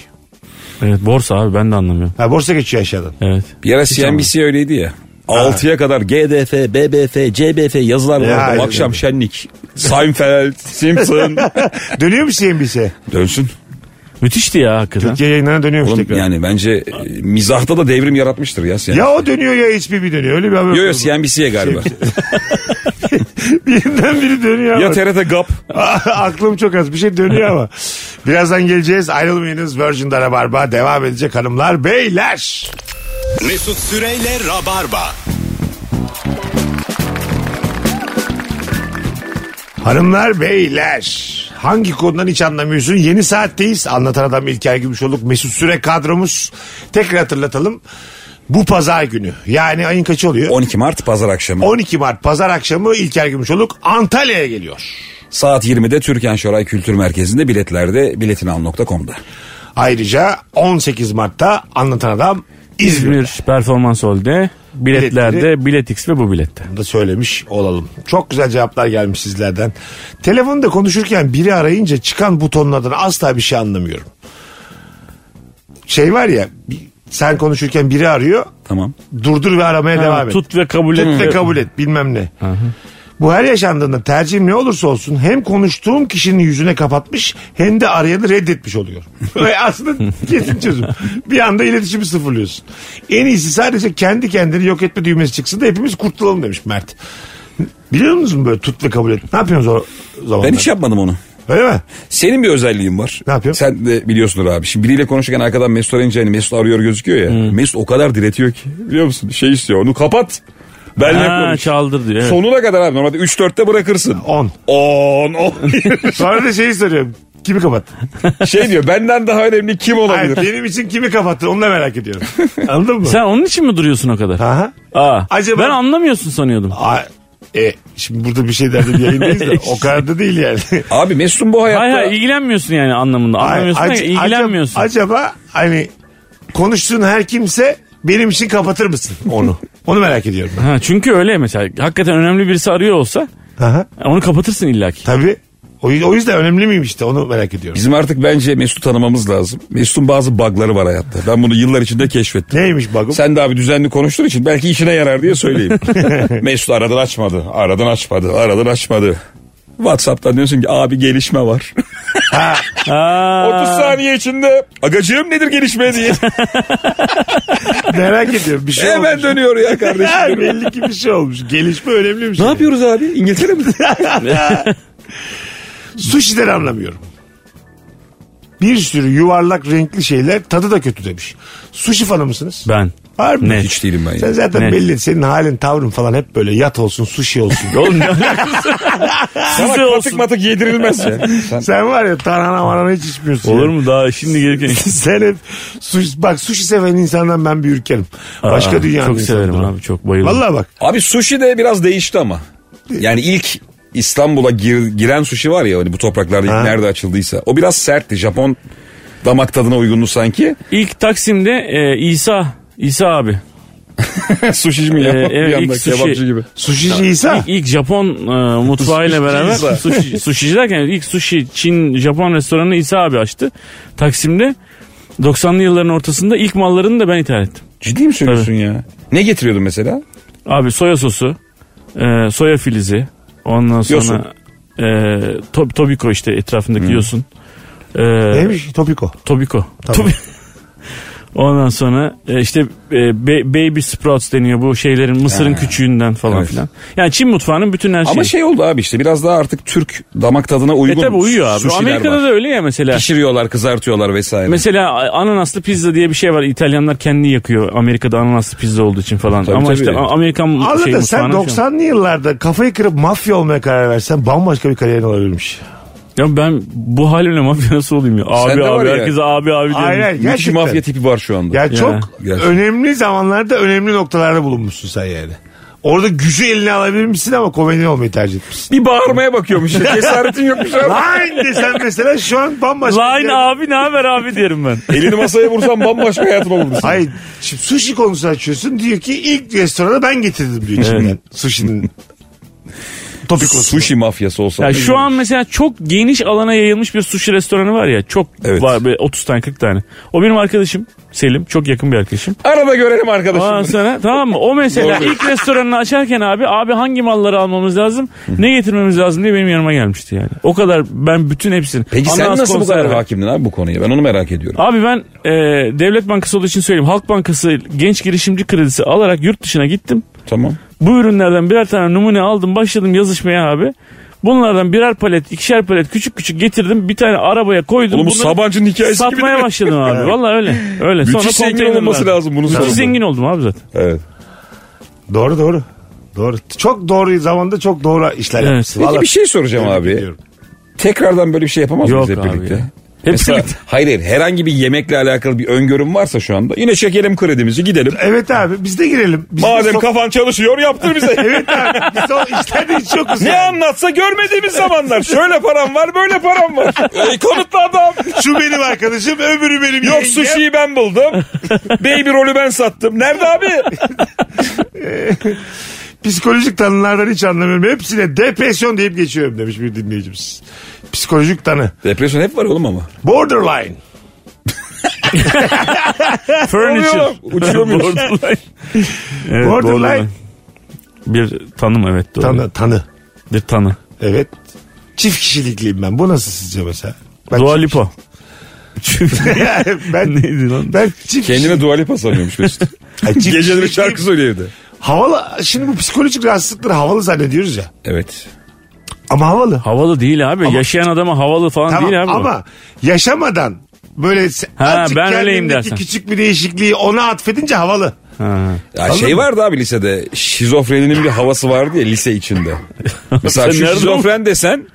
Speaker 4: evet borsa abi ben de anlamıyorum.
Speaker 3: Ha, borsa geçiyor aşağıdan.
Speaker 4: Evet.
Speaker 5: Bir ara CNBC öyleydi ya. 6'ya kadar GDF, BBF, CBF yazılar vardı.
Speaker 3: Ya, evet,
Speaker 5: Akşam
Speaker 3: evet.
Speaker 5: şenlik. Seinfeld, Simpson.
Speaker 3: Dönüyor mu CNBC?
Speaker 5: Dönsün.
Speaker 4: Müthişti ya hakikaten.
Speaker 3: Türkiye yayınlarına dönüyormuş
Speaker 5: Oğlum
Speaker 3: tekrar.
Speaker 5: yani bence e, mizahta da devrim yaratmıştır ya. CNBC.
Speaker 3: Ya o dönüyor ya HPV dönüyor. Öyle bir haber.
Speaker 5: Yo yo
Speaker 3: okudum.
Speaker 5: CNBC'ye galiba.
Speaker 3: Birinden biri dönüyor.
Speaker 5: ya
Speaker 3: ama.
Speaker 5: TRT GAP.
Speaker 3: <laughs> Aklım çok az. Bir şey dönüyor ama. Birazdan geleceğiz. Ayrılmayınız. Virgin'de Rabarba devam edecek hanımlar. Beyler.
Speaker 2: Mesut Süreyle Rabarba.
Speaker 3: Hanımlar beyler. Hangi konudan hiç anlamıyorsun? Yeni saatteyiz. Anlatan adam İlker Gümüşoluk. Mesut Süre kadromuz. Tekrar hatırlatalım. Bu pazar günü. Yani ayın kaçı oluyor?
Speaker 5: 12 Mart pazar akşamı.
Speaker 3: 12 Mart pazar akşamı İlker Gümüşoluk Antalya'ya geliyor.
Speaker 5: Saat 20'de Türkan Şoray Kültür Merkezi'nde biletlerde biletinal.com'da.
Speaker 3: Ayrıca 18 Mart'ta Anlatan Adam İzmir'de.
Speaker 4: İzmir Performans Hall'de biletlerde, biletix ve bu bilette.
Speaker 3: da söylemiş olalım. Çok güzel cevaplar gelmiş sizlerden. Telefonda konuşurken biri arayınca çıkan butonlardan asla bir şey anlamıyorum. Şey var ya bir- sen konuşurken biri arıyor
Speaker 5: Tamam.
Speaker 3: durdur ve aramaya
Speaker 4: Ha,
Speaker 3: devam et.
Speaker 4: tut ve kabul
Speaker 3: Tut
Speaker 4: et.
Speaker 3: ve kabul et bilmem ne. Bu her yaşandığında tercihim ne olursa olsun hem konuştuğum kişinin yüzüne kapatmış hem de arayanı reddetmiş oluyor. Ve aslında kesin çözüm. Bir anda iletişimi sıfırlıyorsun. En iyisi sadece kendi kendini yok etme düğmesi çıksın da hepimiz kurtulalım demiş Mert. Biliyor musunuz böyle tut ve kabul et? Ne yapıyorsunuz o zamanlar?
Speaker 5: Ben hiç yapmadım onu.
Speaker 3: Öyle mi?
Speaker 5: Senin bir özelliğin var.
Speaker 3: Ne yapıyorum?
Speaker 5: Sen de biliyorsundur abi. Şimdi biriyle konuşurken arkadan Mesut arayınca hani Mesut arıyor gözüküyor ya.
Speaker 4: Hmm.
Speaker 5: Mesut o kadar diretiyor ki. Biliyor musun? Şey istiyor onu kapat. Benle
Speaker 4: Ha,
Speaker 5: konuş.
Speaker 4: çaldır diyor. evet.
Speaker 5: Sonuna kadar abi. Normalde 3-4'te bırakırsın.
Speaker 3: 10.
Speaker 5: 10
Speaker 3: Sonra da şeyi soruyorum. Kimi kapattın?
Speaker 5: <laughs> Şey diyor benden daha önemli kim
Speaker 3: Hayır,
Speaker 5: olabilir?
Speaker 3: benim için kimi kapattın? Onu da merak ediyorum. Anladın mı?
Speaker 4: Sen onun için mi duruyorsun o kadar?
Speaker 3: Aha.
Speaker 4: Aa,
Speaker 3: Acaba-
Speaker 4: Ben anlamıyorsun sanıyordum.
Speaker 3: Aa, e, şimdi burada bir şey derdim yayındayız da o kadar da değil
Speaker 5: <laughs>
Speaker 3: yani.
Speaker 5: Abi Mesut'un bu hayatta...
Speaker 4: Hayır hayır ilgilenmiyorsun yani anlamında. Anlamıyorsun
Speaker 3: Ay,
Speaker 4: da
Speaker 3: ac-
Speaker 4: ilgilenmiyorsun.
Speaker 3: acaba- Acaba hani konuştuğun her kimse benim için kapatır mısın
Speaker 5: <laughs>
Speaker 3: onu? onu merak ediyorum
Speaker 4: ha, çünkü öyle mesela. Hakikaten önemli birisi arıyor olsa
Speaker 3: ben. Aha,
Speaker 4: onu kapatırsın illaki.
Speaker 3: tabii. O, y- o yüzden önemli miyim işte onu merak ediyorum.
Speaker 5: Bizim artık bence Mesut'u tanımamız lazım. Mesut'un bazı bug'ları var hayatta. Ben bunu yıllar içinde keşfettim.
Speaker 3: Neymiş bagım?
Speaker 5: Sen de abi düzenli konuştuğun için belki işine yarar diye <laughs> söyleyeyim. Mesut aradan açmadı, aradan açmadı, aradan açmadı. Whatsapp'tan diyorsun ki abi gelişme <laughs> var.
Speaker 4: Aa,
Speaker 5: 30 saniye içinde agacığım nedir gelişme <laughs> diye.
Speaker 3: merak ediyorum bir şey
Speaker 5: Hemen
Speaker 3: olmuş.
Speaker 5: dönüyor ya
Speaker 3: Ha,
Speaker 5: kardeşim.
Speaker 3: Belli ki bir şey olmuş. Gelişme önemli bir şey.
Speaker 5: <laughs> ne yapıyoruz abi? İngiltere <laughs> mi?
Speaker 3: Sushi'den anlamıyorum. Bir sürü yuvarlak renkli şeyler tadı da kötü demiş. Sushi fanı mısınız?
Speaker 4: ben.
Speaker 3: Var mı?
Speaker 4: Net.
Speaker 5: Hiç değilim ben
Speaker 3: Sen
Speaker 5: ya.
Speaker 3: zaten
Speaker 4: Ne?
Speaker 3: belli senin halin tavrın falan hep böyle yat olsun sushi olsun.
Speaker 4: <laughs> Oğlum ne alakası? Size
Speaker 5: Matık
Speaker 4: olsun.
Speaker 5: matık yedirilmez ya. Sen-
Speaker 3: Sen var ya tarhana marana hiç içmiyorsun. ya.
Speaker 4: Olur mu daha şimdi gelirken?
Speaker 3: <laughs> Sen hep sushi, bak sushi seven insandan ben bir ürkerim. Başka
Speaker 4: Aa,
Speaker 3: dünyanın
Speaker 4: Çok severim
Speaker 3: insanıdır o.
Speaker 4: abi çok bayılırım.
Speaker 3: Vallahi bak.
Speaker 5: Abi sushi de biraz değişti ama. Yani ilk İstanbul'a gir- giren sushi var ya hani bu topraklarda ilk
Speaker 3: Ha.
Speaker 5: nerede açıldıysa. O biraz sertti. Japon damak tadına uygundu sanki.
Speaker 4: İlk Taksim'de e, İsa İsa abi.
Speaker 5: <laughs> Sushici mi
Speaker 4: Ee,
Speaker 5: ya?
Speaker 4: evet,
Speaker 5: bir
Speaker 4: ilk
Speaker 5: anda
Speaker 4: sushi.
Speaker 5: kebapçı gibi.
Speaker 3: Sushici İsa.
Speaker 4: İlk Japon e, mutfağıyla beraber
Speaker 5: İsa.
Speaker 4: sushi, sushi derken ilk sushi Çin Japon restoranı İsa abi açtı. Taksim'de 90'lı yılların ortasında ilk mallarını da ben ithal ettim.
Speaker 5: Ciddi mi söylüyorsun ya? Ne getiriyordun mesela?
Speaker 4: Abi soya sosu, e, soya filizi, ondan
Speaker 5: Yosun.
Speaker 4: sonra e, to- tobiko işte etrafındaki yosun. E,
Speaker 3: Neymiş? Topiko.
Speaker 4: Tobiko.
Speaker 3: Tamam.
Speaker 4: Tobi- <laughs> Ondan sonra e, işte e, ba- baby sprouts deniyor bu şeylerin mısırın küçüğünden falan
Speaker 5: Evet.
Speaker 4: filan. Yani Çin mutfağının bütün her şeyi.
Speaker 5: Ama şey oldu abi işte biraz daha artık Türk damak tadına
Speaker 4: E
Speaker 5: uygun.
Speaker 4: tabi uyuyor abi.
Speaker 5: sushiler
Speaker 4: Amerika'da
Speaker 5: var.
Speaker 4: da öyle ya mesela.
Speaker 5: Pişiriyorlar, kızartıyorlar vesaire.
Speaker 4: Mesela ananaslı pizza diye bir şey var. İtalyanlar kendi yakıyor. Amerika'da ananaslı pizza olduğu için falan.
Speaker 5: Tabii,
Speaker 4: Ama
Speaker 5: tabii.
Speaker 4: işte A- Amerikan
Speaker 3: Anladın
Speaker 4: şey
Speaker 3: sen
Speaker 4: mutfağının şey-
Speaker 3: 90'lı yıllarda kafayı kırıp mafya olmaya karar versen bambaşka bir kariyerin olabilirmiş.
Speaker 4: Ya ben bu halimle mafya nasıl olayım ya? Abi
Speaker 5: Sen de var
Speaker 4: abi
Speaker 5: ya.
Speaker 4: herkese abi abi diyorum.
Speaker 3: Aynen
Speaker 5: Müthiş
Speaker 3: gerçekten.
Speaker 5: mafya tipi var şu anda.
Speaker 3: Ya çok
Speaker 5: Gerçekten.
Speaker 3: önemli zamanlarda önemli noktalarda bulunmuşsun sen yani. Orada gücü eline alabilmişsin ama komedyen olmayı tercih etmişsin.
Speaker 5: Bir bağırmaya bakıyormuş. ya, Cesaretin yokmuş abi.
Speaker 3: Line desen mesela şu an bambaşka. bir
Speaker 4: Line
Speaker 3: yerde-
Speaker 4: abi ne haber abi derim ben.
Speaker 5: Elini masaya vursan bambaşka hayatın olurdu.
Speaker 3: Hayır. Şimdi sushi konusu açıyorsun. Diyor ki ilk restorana ben getirdim diyor içinden. Sushi'nin topik olsun.
Speaker 5: Sushi mafyası olsa.
Speaker 4: Ya şu an mesela çok geniş alana yayılmış bir sushi restoranı var ya. Çok
Speaker 5: Evet.
Speaker 4: var böyle 30 tane 40 tane. O benim arkadaşım Selim. Çok yakın bir arkadaşım.
Speaker 5: Arada görelim
Speaker 4: Ondan
Speaker 5: arkadaşım.
Speaker 4: sonra tamam mı? O mesela
Speaker 5: Doğru.
Speaker 4: ilk restoranını açarken abi abi hangi malları almamız lazım? ne getirmemiz lazım diye benim yanıma gelmişti yani. O kadar ben bütün hepsini.
Speaker 5: Peki sen
Speaker 4: Ananas
Speaker 5: nasıl bu kadar
Speaker 4: konserve.
Speaker 5: hakimdin abi bu konuya? Ben onu merak ediyorum.
Speaker 4: Abi ben e, Devlet Bankası olduğu için söyleyeyim. Halk Bankası genç girişimci kredisi alarak yurt dışına gittim.
Speaker 5: Tamam.
Speaker 4: Bu ürünlerden birer tane numune aldım başladım yazışmaya abi. Bunlardan birer palet, ikişer palet küçük küçük getirdim. Bir tane arabaya koydum.
Speaker 5: Oğlum bu
Speaker 4: Bunları
Speaker 5: Sabancı'nın hikayesi gibi değil
Speaker 4: satmaya
Speaker 5: mi?
Speaker 4: başladım
Speaker 5: <laughs>
Speaker 4: abi. Vallahi öyle. Öyle.
Speaker 5: Müthiş zengin
Speaker 4: konteynerler-
Speaker 5: olması lazım bunun
Speaker 4: Müthiş
Speaker 5: sonunda.
Speaker 4: zengin oldum abi zaten.
Speaker 5: Evet.
Speaker 3: Doğru doğru. Doğru. Çok doğru zamanda çok doğru işler
Speaker 4: Evet.
Speaker 3: yapmışsın.
Speaker 5: Peki
Speaker 3: Vallahi
Speaker 5: bir şey soracağım
Speaker 3: tebrik
Speaker 5: abi.
Speaker 3: ediyorum.
Speaker 5: Tekrardan böyle bir şey yapamaz mıyız
Speaker 4: Yok
Speaker 5: hep
Speaker 4: abi
Speaker 5: birlikte?
Speaker 4: ya. Hepsi
Speaker 5: Mesela, <laughs> hayır hayır herhangi bir yemekle alakalı bir öngörüm varsa şu anda yine çekelim kredimizi gidelim.
Speaker 3: Evet abi biz de girelim. Biz de
Speaker 5: Madem
Speaker 3: sok-
Speaker 5: kafan çalışıyor yaptır <laughs> bize.
Speaker 3: Evet abi biz o işlerde hiç yokuz.
Speaker 5: Ne
Speaker 3: yani.
Speaker 5: anlatsa görmediğimiz zamanlar. Şöyle param var böyle param <laughs> var. Ey konutlu adam.
Speaker 3: Şu benim arkadaşım öbürü benim
Speaker 5: Yok
Speaker 3: yengem.
Speaker 5: sushi'yi ben buldum. Baby rolü ben sattım. Nerede abi?
Speaker 3: Psikolojik tanılardan hiç anlamıyorum. Hepsine depresyon deyip geçiyorum demiş bir dinleyicimiz. Psikolojik tanı.
Speaker 5: Depresyon hep var oğlum ama.
Speaker 3: Borderline.
Speaker 4: <laughs> Furniture.
Speaker 5: Uçuyor muyuz?
Speaker 4: Borderline.
Speaker 3: <laughs>
Speaker 4: Evet,
Speaker 3: Borderline.
Speaker 4: Bir tanım evet doğru.
Speaker 3: Tanı, tanı.
Speaker 4: Bir tanı.
Speaker 3: Evet. Çift kişilikliyim ben. Bu nasıl sizce mesela? Ben
Speaker 4: Dua
Speaker 3: çift- <laughs>
Speaker 4: Lipa.
Speaker 3: ben,
Speaker 4: <laughs> Neydi lan?
Speaker 3: ben çift
Speaker 5: <laughs> Kendine duali pasamıyormuş Mesut.
Speaker 3: Ay, çift
Speaker 5: Geceleri
Speaker 3: kişilikliyim.
Speaker 5: şarkı söylüyor evde.
Speaker 3: Havalı. Şimdi bu psikolojik rahatsızlıkları havalı zannediyoruz ya.
Speaker 5: Evet.
Speaker 3: Ama havalı.
Speaker 4: Havalı değil abi. Yaşayan adama havalı falan
Speaker 3: Tamam
Speaker 4: değil abi. bu.
Speaker 3: ama yaşamadan böyle se-
Speaker 4: Ha,
Speaker 3: azıcık
Speaker 4: ben öyleyim
Speaker 3: kendindeki
Speaker 4: dersen.
Speaker 3: küçük bir değişikliği ona atfedince havalı.
Speaker 4: Ha.
Speaker 5: Ya
Speaker 3: Anladın
Speaker 5: şey
Speaker 3: mı?
Speaker 5: vardı abi lisede. Şizofreninin bir havası vardı ya lise
Speaker 4: <laughs>
Speaker 5: içinde. Mesela
Speaker 4: Sen
Speaker 5: şu
Speaker 4: nereden
Speaker 5: şizofren desen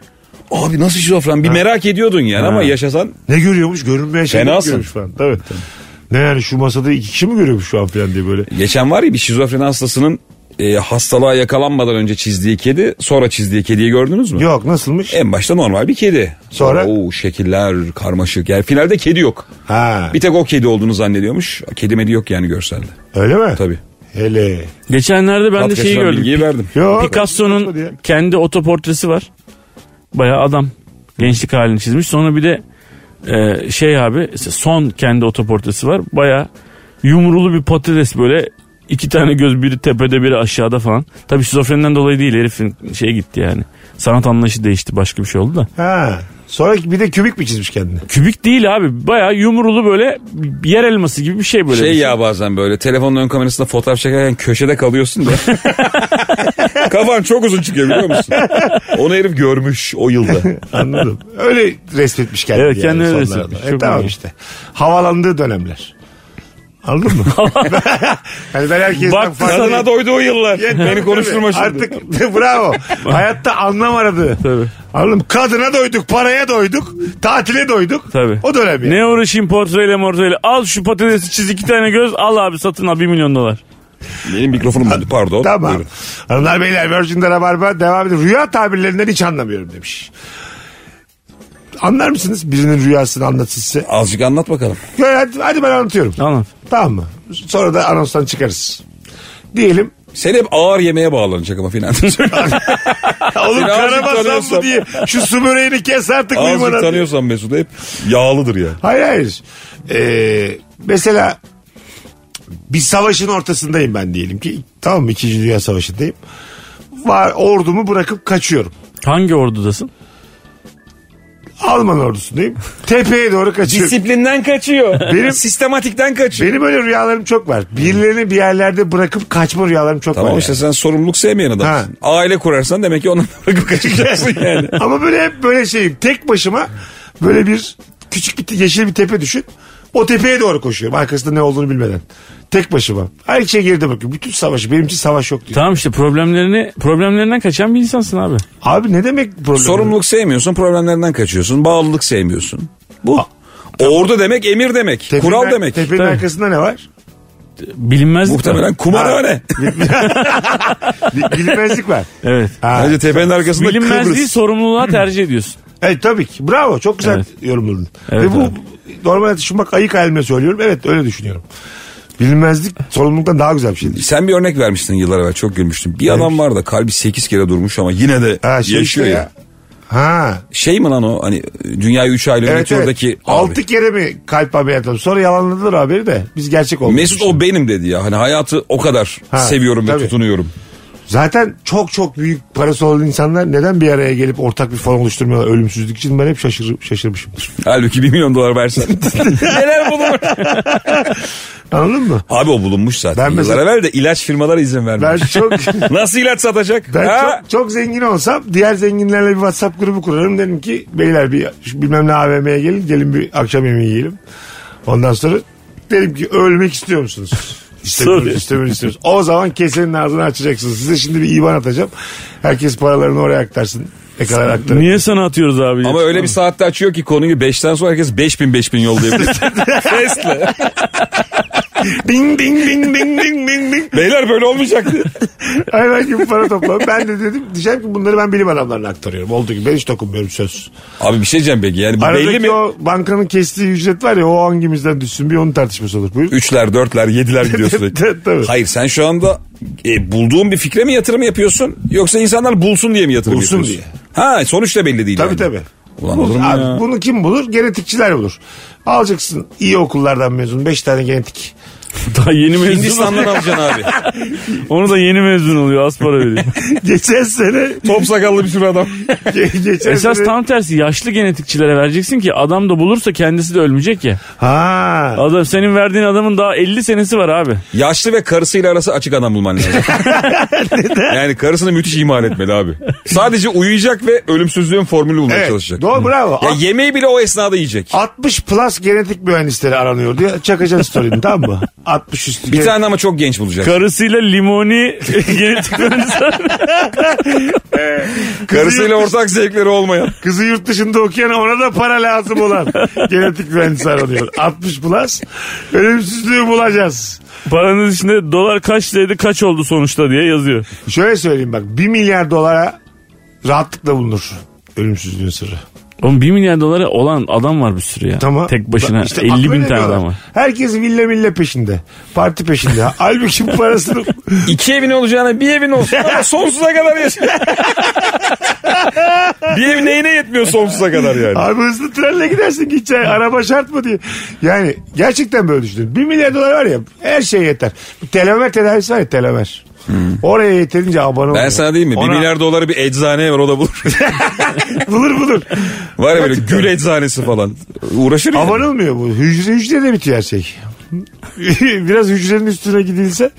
Speaker 5: Abi nasıl şizofren? Bir merak ediyordun yani ama yaşasan
Speaker 3: Ne görüyormuş? Görünmeyen şey
Speaker 5: Fenasın.
Speaker 3: görüyormuş falan. Tabii. Ne yani şu masada iki kişi mi görüyormuş şu an falan diye
Speaker 5: <laughs>
Speaker 3: böyle.
Speaker 5: Geçen var ya bir şizofreni hastasının e, hastalığa yakalanmadan önce çizdiği kedi sonra çizdiği kediyi gördünüz mü?
Speaker 3: Yok nasılmış?
Speaker 5: En başta normal bir kedi.
Speaker 3: Sonra?
Speaker 5: Oo, şekiller karmaşık. Yani finalde kedi yok.
Speaker 3: Ha.
Speaker 5: Bir tek o kedi olduğunu zannediyormuş. Kedi medi yok yani görselde.
Speaker 3: Öyle mi?
Speaker 5: Tabii.
Speaker 3: Hele.
Speaker 4: Geçenlerde ben de
Speaker 5: Pat
Speaker 4: şeyi
Speaker 5: kaçıran
Speaker 4: gördüm.
Speaker 5: Bilgiyi verdim.
Speaker 3: Yok. Olmadı ya.
Speaker 4: Picasso'nun kendi otoportresi var. Bayağı adam. Gençlik halini çizmiş. Sonra bir de e, şey abi son kendi otoportresi var. Bayağı yumrulu bir patates böyle iki tane göz biri tepede biri aşağıda falan. Tabii şizofreniden dolayı değil herifin şeye gitti yani. Sanat anlayışı değişti başka bir şey oldu da.
Speaker 3: Ha. Sonra bir de kübik mi çizmiş
Speaker 4: <laughs>
Speaker 3: kendini?
Speaker 4: Kübik değil abi bayağı yumrulu böyle yer elması gibi bir şey böyle.
Speaker 5: Şey ya bazen böyle telefonun ön kamerasında fotoğraf çekerken köşede
Speaker 3: <laughs>
Speaker 5: kalıyorsun da. Kafan çok uzun çıkıyor biliyor musun? Onu herif görmüş o yılda.
Speaker 3: Anladım. Öyle resmetmiş kendini.
Speaker 4: Evet,
Speaker 3: yani
Speaker 4: kendini öyle
Speaker 3: sonlarda.
Speaker 4: resmetmiş.
Speaker 3: E,
Speaker 4: Çok
Speaker 3: tamam
Speaker 4: iyi.
Speaker 3: işte. Havalandığı dönemler. Anladın
Speaker 4: <laughs>
Speaker 3: mı? <laughs> yani ben herkesten
Speaker 4: Baktı
Speaker 3: farklıyım.
Speaker 5: Sana doydu o yıllar.
Speaker 3: Ya, tabii,
Speaker 5: Beni konuşturma
Speaker 3: tabii.
Speaker 5: şimdi.
Speaker 3: Artık <laughs> bravo. Hayatta anlam aradı.
Speaker 4: Tabii.
Speaker 3: Anladım. Kadına doyduk, paraya doyduk, tatile doyduk.
Speaker 4: Tabii.
Speaker 3: O dönem yani.
Speaker 4: Ne uğraşayım portreyle mortreyle. Al şu patatesi çiz iki tane göz. Al abi satın al 1 milyon dolar.
Speaker 5: Benim mikrofonum bozuldu pardon.
Speaker 3: Tamam.
Speaker 5: Buyurun.
Speaker 3: Hanımlar beyler Virgin'de Rabarba devam ediyor. Rüya tabirlerinden hiç anlamıyorum demiş. Anlar mısınız birinin rüyasını anlatsın size?
Speaker 5: Azıcık anlat bakalım.
Speaker 3: Ya Hadi, hadi ben anlatıyorum.
Speaker 4: Anlat.
Speaker 3: Tamam mı? Sonra da anonstan çıkarız.
Speaker 5: <laughs>
Speaker 3: Diyelim.
Speaker 5: Sen hep ağır yemeğe bağlanacak ama <laughs> finalde söyle.
Speaker 3: Oğlum
Speaker 5: Seni azıcık
Speaker 3: karabasan bu
Speaker 5: tanıyorsam.
Speaker 3: diye. Şu su böreğini kes artık
Speaker 5: Azıcık
Speaker 3: uyumadan.
Speaker 5: tanıyorsan Mesut hep yağlıdır ya.
Speaker 3: Hayır hayır. Ee, mesela bir savaşın ortasındayım ben diyelim ki. Tamam mı? İkinci Dünya Savaşı'ndayım. Var, ordumu bırakıp kaçıyorum.
Speaker 4: Hangi ordudasın?
Speaker 3: Alman ordusundayım. Tepeye doğru kaçıyorum.
Speaker 5: Disiplinden kaçıyor.
Speaker 3: Benim-
Speaker 5: sistematikten kaçıyor.
Speaker 3: Benim öyle rüyalarım çok var. Birilerini bir yerlerde bırakıp kaçma rüyalarım çok <laughs>
Speaker 5: Tamam
Speaker 3: var.
Speaker 5: işte
Speaker 3: yani.
Speaker 5: sen sorumluluk sevmeyen adamsın. Aile kurarsan demek ki ondan bırakıp kaçacaksın yani.
Speaker 3: Ama böyle hep böyle şeyim. Tek başıma böyle bir küçük bir te- yeşil bir tepe düşün. O tepeye doğru koşuyorum. Arkasında ne olduğunu bilmeden. Tek başıma. Her şeye geride bakıyorum. Bütün savaşı. Benim için savaş yok diyor.
Speaker 4: Tamam işte problemlerini problemlerinden kaçan bir insansın abi.
Speaker 3: Abi ne demek problem?
Speaker 5: Sorumluluk sevmiyorsun, problemlerinden kaçıyorsun, bağlılık sevmiyorsun. Bu. Ordu demek emir demek,
Speaker 3: Tepenin-
Speaker 5: kural demek.
Speaker 3: Tepenin
Speaker 4: Tabii.
Speaker 3: arkasında ne var?
Speaker 4: Bilinmez.
Speaker 5: Muhtemelen kumarhane.
Speaker 3: Bil- Bilinmezlik
Speaker 5: <laughs>
Speaker 3: var.
Speaker 4: Evet.
Speaker 3: Ha.
Speaker 5: Bence tepenin arkasında
Speaker 4: Bilinmezliği
Speaker 5: Kıbrıs.
Speaker 4: sorumluluğa tercih
Speaker 5: <clears throat>
Speaker 4: ediyorsun.
Speaker 3: Evet tabii ki. Bravo. Çok güzel
Speaker 4: Evet.
Speaker 3: yorumladın.
Speaker 4: Evet
Speaker 3: Ve bu
Speaker 4: abi.
Speaker 3: normal hayatı şu bak ayık halimle söylüyorum. Evet öyle düşünüyorum. Bilinmezlik sorumluluktan daha güzel bir şeydir.
Speaker 5: Sen bir örnek vermiştin yıllar evvel çok gülmüştüm. Bir adam var da kalbi 8 kere durmuş ama yine de
Speaker 3: Ha, şey
Speaker 5: yaşıyor
Speaker 3: işte
Speaker 5: ya.
Speaker 3: ya. Ha.
Speaker 5: Şey mi lan o hani dünyayı 3 aylığına
Speaker 3: Evet,
Speaker 5: oradaki
Speaker 3: evet. Altı kere mi kalp ameliyatı oldu? Sonra yalanladılar haberi de. Biz gerçek olduk.
Speaker 5: Mesut o benim dedi ya. Hani hayatı o kadar
Speaker 3: Ha,
Speaker 5: seviyorum ve
Speaker 3: tabii.
Speaker 5: tutunuyorum.
Speaker 3: Zaten çok çok büyük parası olan insanlar neden bir araya gelip ortak bir fon oluşturmuyorlar ölümsüzlük için? Ben hep şaşır, şaşırmışımdır.
Speaker 5: Halbuki 1 milyon
Speaker 3: <laughs>
Speaker 5: dolar versen. Neler bulunur?
Speaker 3: Anladın mı?
Speaker 5: Abi o bulunmuş zaten.
Speaker 3: Ben mesela-
Speaker 5: Yıllar evvel de ilaç firmaları izin vermiyor.
Speaker 4: <laughs>
Speaker 3: Ben çok
Speaker 5: Nasıl ilaç satacak?
Speaker 3: ben
Speaker 5: Ha?
Speaker 3: çok, çok zengin olsam diğer zenginlerle bir WhatsApp grubu kurarım. Derim ki beyler bir şu bilmem ne AVM'ye
Speaker 5: <laughs>
Speaker 3: gelin gelin bir akşam yemeği yiyelim. Ondan sonra derim ki ölmek istiyor musunuz? İstemiyoruz, istemiyoruz, istemiyoruz. O zaman kesenin ağzını açacaksınız. Size şimdi bir iban atacağım. Herkes paralarını oraya aktarsın. Ne kadar aktarın.
Speaker 4: Niye sana atıyoruz abi?
Speaker 5: Ama öyle bir saatte açıyor ki konuyu 5'ten sonra herkes 5000
Speaker 3: <laughs>
Speaker 5: 5000 yollayabilir. Fesle.
Speaker 3: Ding ding ding ding ding ding ding.
Speaker 5: Beyler böyle olmayacaktı.
Speaker 3: Hayvan gibi para toplam. Ben de dedim diyeceğim ki bunları ben bilim adamlarına aktarıyorum. Oldu ki ben hiç dokunmuyorum söz.
Speaker 5: Abi bir şey diyeceğim Begi yani bu belli mi?
Speaker 3: Aradaki o bankanın kestiği ücret var ya o hangimizden düşsün bir onun tartışması olur. Buyur.
Speaker 5: Üçler, dörtler, yediler
Speaker 3: <laughs>
Speaker 5: gidiyor sürekli.
Speaker 3: Tabii.
Speaker 5: Hayır sen şu anda e, bulduğun bir fikre mi yatırım yapıyorsun? Yoksa insanlar bulsun diye mi yatırım
Speaker 3: Bulsun
Speaker 5: yapıyorsun? Ha sonuç da belli değil
Speaker 3: Tabii
Speaker 5: yani.
Speaker 3: tabii.
Speaker 5: Ulan olur mu
Speaker 3: Abi bunu kim bulur? Genetikçiler bulur. Alacaksın iyi okullardan mezun 5 tane
Speaker 5: <laughs>
Speaker 3: genetik.
Speaker 4: <laughs> Daha yeni mezun.
Speaker 5: Hindistan'dan alacaksın abi.
Speaker 4: Onu da yeni mezun oluyor. Az para
Speaker 5: <laughs>
Speaker 4: veriyor.
Speaker 3: Geçen sene
Speaker 5: Top sakallı bir sürü adam.
Speaker 3: ge- geçen
Speaker 4: Esas
Speaker 3: sene-
Speaker 4: tam tersi yaşlı genetikçilere vereceksin ki adam da bulursa kendisi de ölmeyecek ya.
Speaker 3: Ha.
Speaker 4: Adam senin verdiğin adamın daha 50 senesi var abi.
Speaker 5: Yaşlı ve karısıyla arası açık adam
Speaker 3: <laughs>
Speaker 5: bulman lazım. yani karısını müthiş imal etmeli abi. Sadece uyuyacak ve ölümsüzlüğün formülü bulmaya
Speaker 3: Evet.
Speaker 5: çalışacak.
Speaker 3: Doğru bravo.
Speaker 5: Ya yemeği bile o esnada yiyecek.
Speaker 3: 60 plus genetik mühendisleri aranıyor diye çakacağız story'ini tamam
Speaker 5: <laughs>
Speaker 3: mı? 60 üstü.
Speaker 5: Bir tane ama çok genç bulacak.
Speaker 4: Karısıyla limoni <laughs> genetik mühendisi.
Speaker 5: Karısıyla ortak zevkleri olmayan.
Speaker 3: Kızı yurt dışında okuyan ona da para lazım
Speaker 5: <laughs>
Speaker 3: olan genetik mühendisi aranıyor. 60 plus ölümsüzlüğü bulacağız.
Speaker 4: Paranın içinde dolar kaç liraydı kaç oldu sonuçta diye yazıyor.
Speaker 3: Şöyle söyleyeyim bak 1 milyar dolara rahatlıkla bulunur ölümsüzlüğün sırrı.
Speaker 4: Oğlum 1 milyar dolara olan adam var bir sürü ya.
Speaker 3: Tamam.
Speaker 4: Tek başına
Speaker 3: Bak işte
Speaker 4: 50 bin
Speaker 3: aklına
Speaker 4: tane
Speaker 3: diyorlar.
Speaker 4: adam var. <laughs>
Speaker 3: Herkes villa milla peşinde. Parti peşinde. Halbuki parasını
Speaker 5: İki evin olacağına bir evin olsun
Speaker 4: <laughs>
Speaker 5: ama sonsuza kadar yaşa. <laughs> bir ev neyine yetmiyor sonsuza kadar yani.
Speaker 3: Abi hızlı trenle gidersin gideceksin. Araba şart mı diye. Yani gerçekten böyle düşünüyorum. 1 milyar dolar var ya her şey yeter. Bir telomer tedavisi var ya telomer.
Speaker 4: Hmm.
Speaker 3: Oraya yeterince abone ol.
Speaker 5: Ben sana diyeyim mi? Bir milyar doları bir eczane var o
Speaker 4: <laughs>
Speaker 5: da bulur.
Speaker 3: <laughs> Bulur bulur.
Speaker 5: var ya böyle gül eczanesi falan. Uğraşır ya.
Speaker 3: abone olmuyor bu. Hücre hücrede bitiyor her şey. <laughs> Biraz hücrenin üstüne gidilse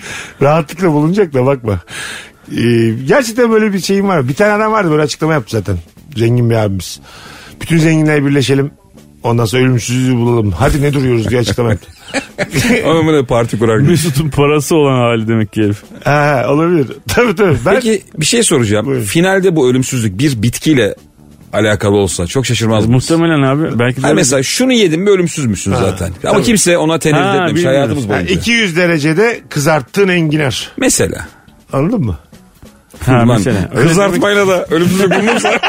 Speaker 3: rahatlıkla bulunacak da bakma. Ee, gerçekten böyle bir şeyim var. Bir tane adam vardı böyle açıklama yaptı zaten. Zengin bir abimiz. Bütün zenginler birleşelim. Ondan sonra ölümsüzlüğü bulalım. Hadi ne duruyoruz diye açıklama yaptı.
Speaker 5: Ama böyle parti kurar. gibi.
Speaker 4: Mesut'un parası olan hali demek ki herif.
Speaker 3: <laughs> Ha, olabilir. Tabii tabii. Ben
Speaker 5: Peki bir şey soracağım.
Speaker 3: Buyurun.
Speaker 5: Finalde bu ölümsüzlük bir bitkiyle alakalı olsa çok şaşırmaz mı?
Speaker 4: Muhtemelen abi. Belki de
Speaker 5: Hayır, mesela şunu yedim mi ölümsüzmüşsün zaten. Ama kimse ona
Speaker 4: Ha,
Speaker 5: tenezzül etmemiş
Speaker 4: bilmiyorum.
Speaker 5: hayatımız
Speaker 3: Ha,
Speaker 5: boyunca.
Speaker 3: 200 derecede kızarttığın enginar.
Speaker 5: Mesela.
Speaker 3: Anladın mı?
Speaker 4: Ha,
Speaker 5: Ulan,
Speaker 4: mesela.
Speaker 5: kızartmayla da ölümsüzlük bulunursa.
Speaker 4: <laughs>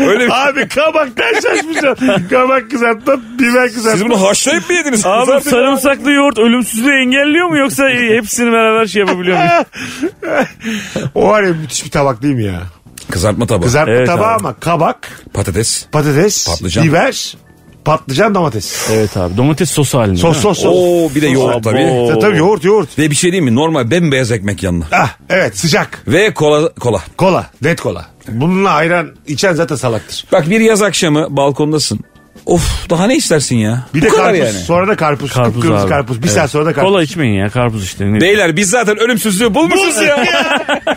Speaker 5: öyle
Speaker 3: <laughs>
Speaker 5: bir-
Speaker 3: Abi kabaktan şaşmışsın. Kabak kızartma, biber
Speaker 5: Siz
Speaker 3: kızartma.
Speaker 5: bunu haşlayıp mı yediniz?
Speaker 4: Abi
Speaker 5: Kızartın.
Speaker 4: sarımsaklı yoğurt ölümsüzlüğü engelliyor mu
Speaker 3: <laughs>
Speaker 4: yoksa hepsini beraber şey yapabiliyor muyuz?
Speaker 3: O var ya müthiş bir tabak değil mi ya?
Speaker 5: Kızartma tabağı.
Speaker 3: Kızartma
Speaker 4: Evet
Speaker 3: tabağı
Speaker 4: abi.
Speaker 3: ama kabak,
Speaker 5: Patates.
Speaker 3: patates,
Speaker 5: Patlıcan.
Speaker 3: biber, patlıcan, domates.
Speaker 4: Evet abi domates sos halinde.
Speaker 3: Sos sos sos.
Speaker 5: Oo bir de yoğurt
Speaker 4: Abo.
Speaker 5: tabii.
Speaker 3: Ya tabii yoğurt yoğurt.
Speaker 5: Ve bir şey diyeyim mi? Normal bembeyaz ekmek yanına.
Speaker 3: Ah, evet sıcak.
Speaker 5: Ve kola kola.
Speaker 3: Kola. Net kola. Bununla ayran içen zaten salaktır.
Speaker 5: Bak bir yaz akşamı balkondasın. Of daha ne istersin ya?
Speaker 3: Bir
Speaker 5: Bu
Speaker 3: de
Speaker 5: kadar
Speaker 3: karpuz.
Speaker 5: yani.
Speaker 3: Sonra da karpuz.
Speaker 4: Karpuz
Speaker 3: Karpuz Kıpkırmızı
Speaker 4: abi.
Speaker 3: karpuz. Bir saat sonra da karpuz.
Speaker 4: Kola içmeyin ya karpuz işte. Ne-
Speaker 5: Beyler biz zaten ölümsüzlüğü bulmuşuz ya.
Speaker 3: <laughs>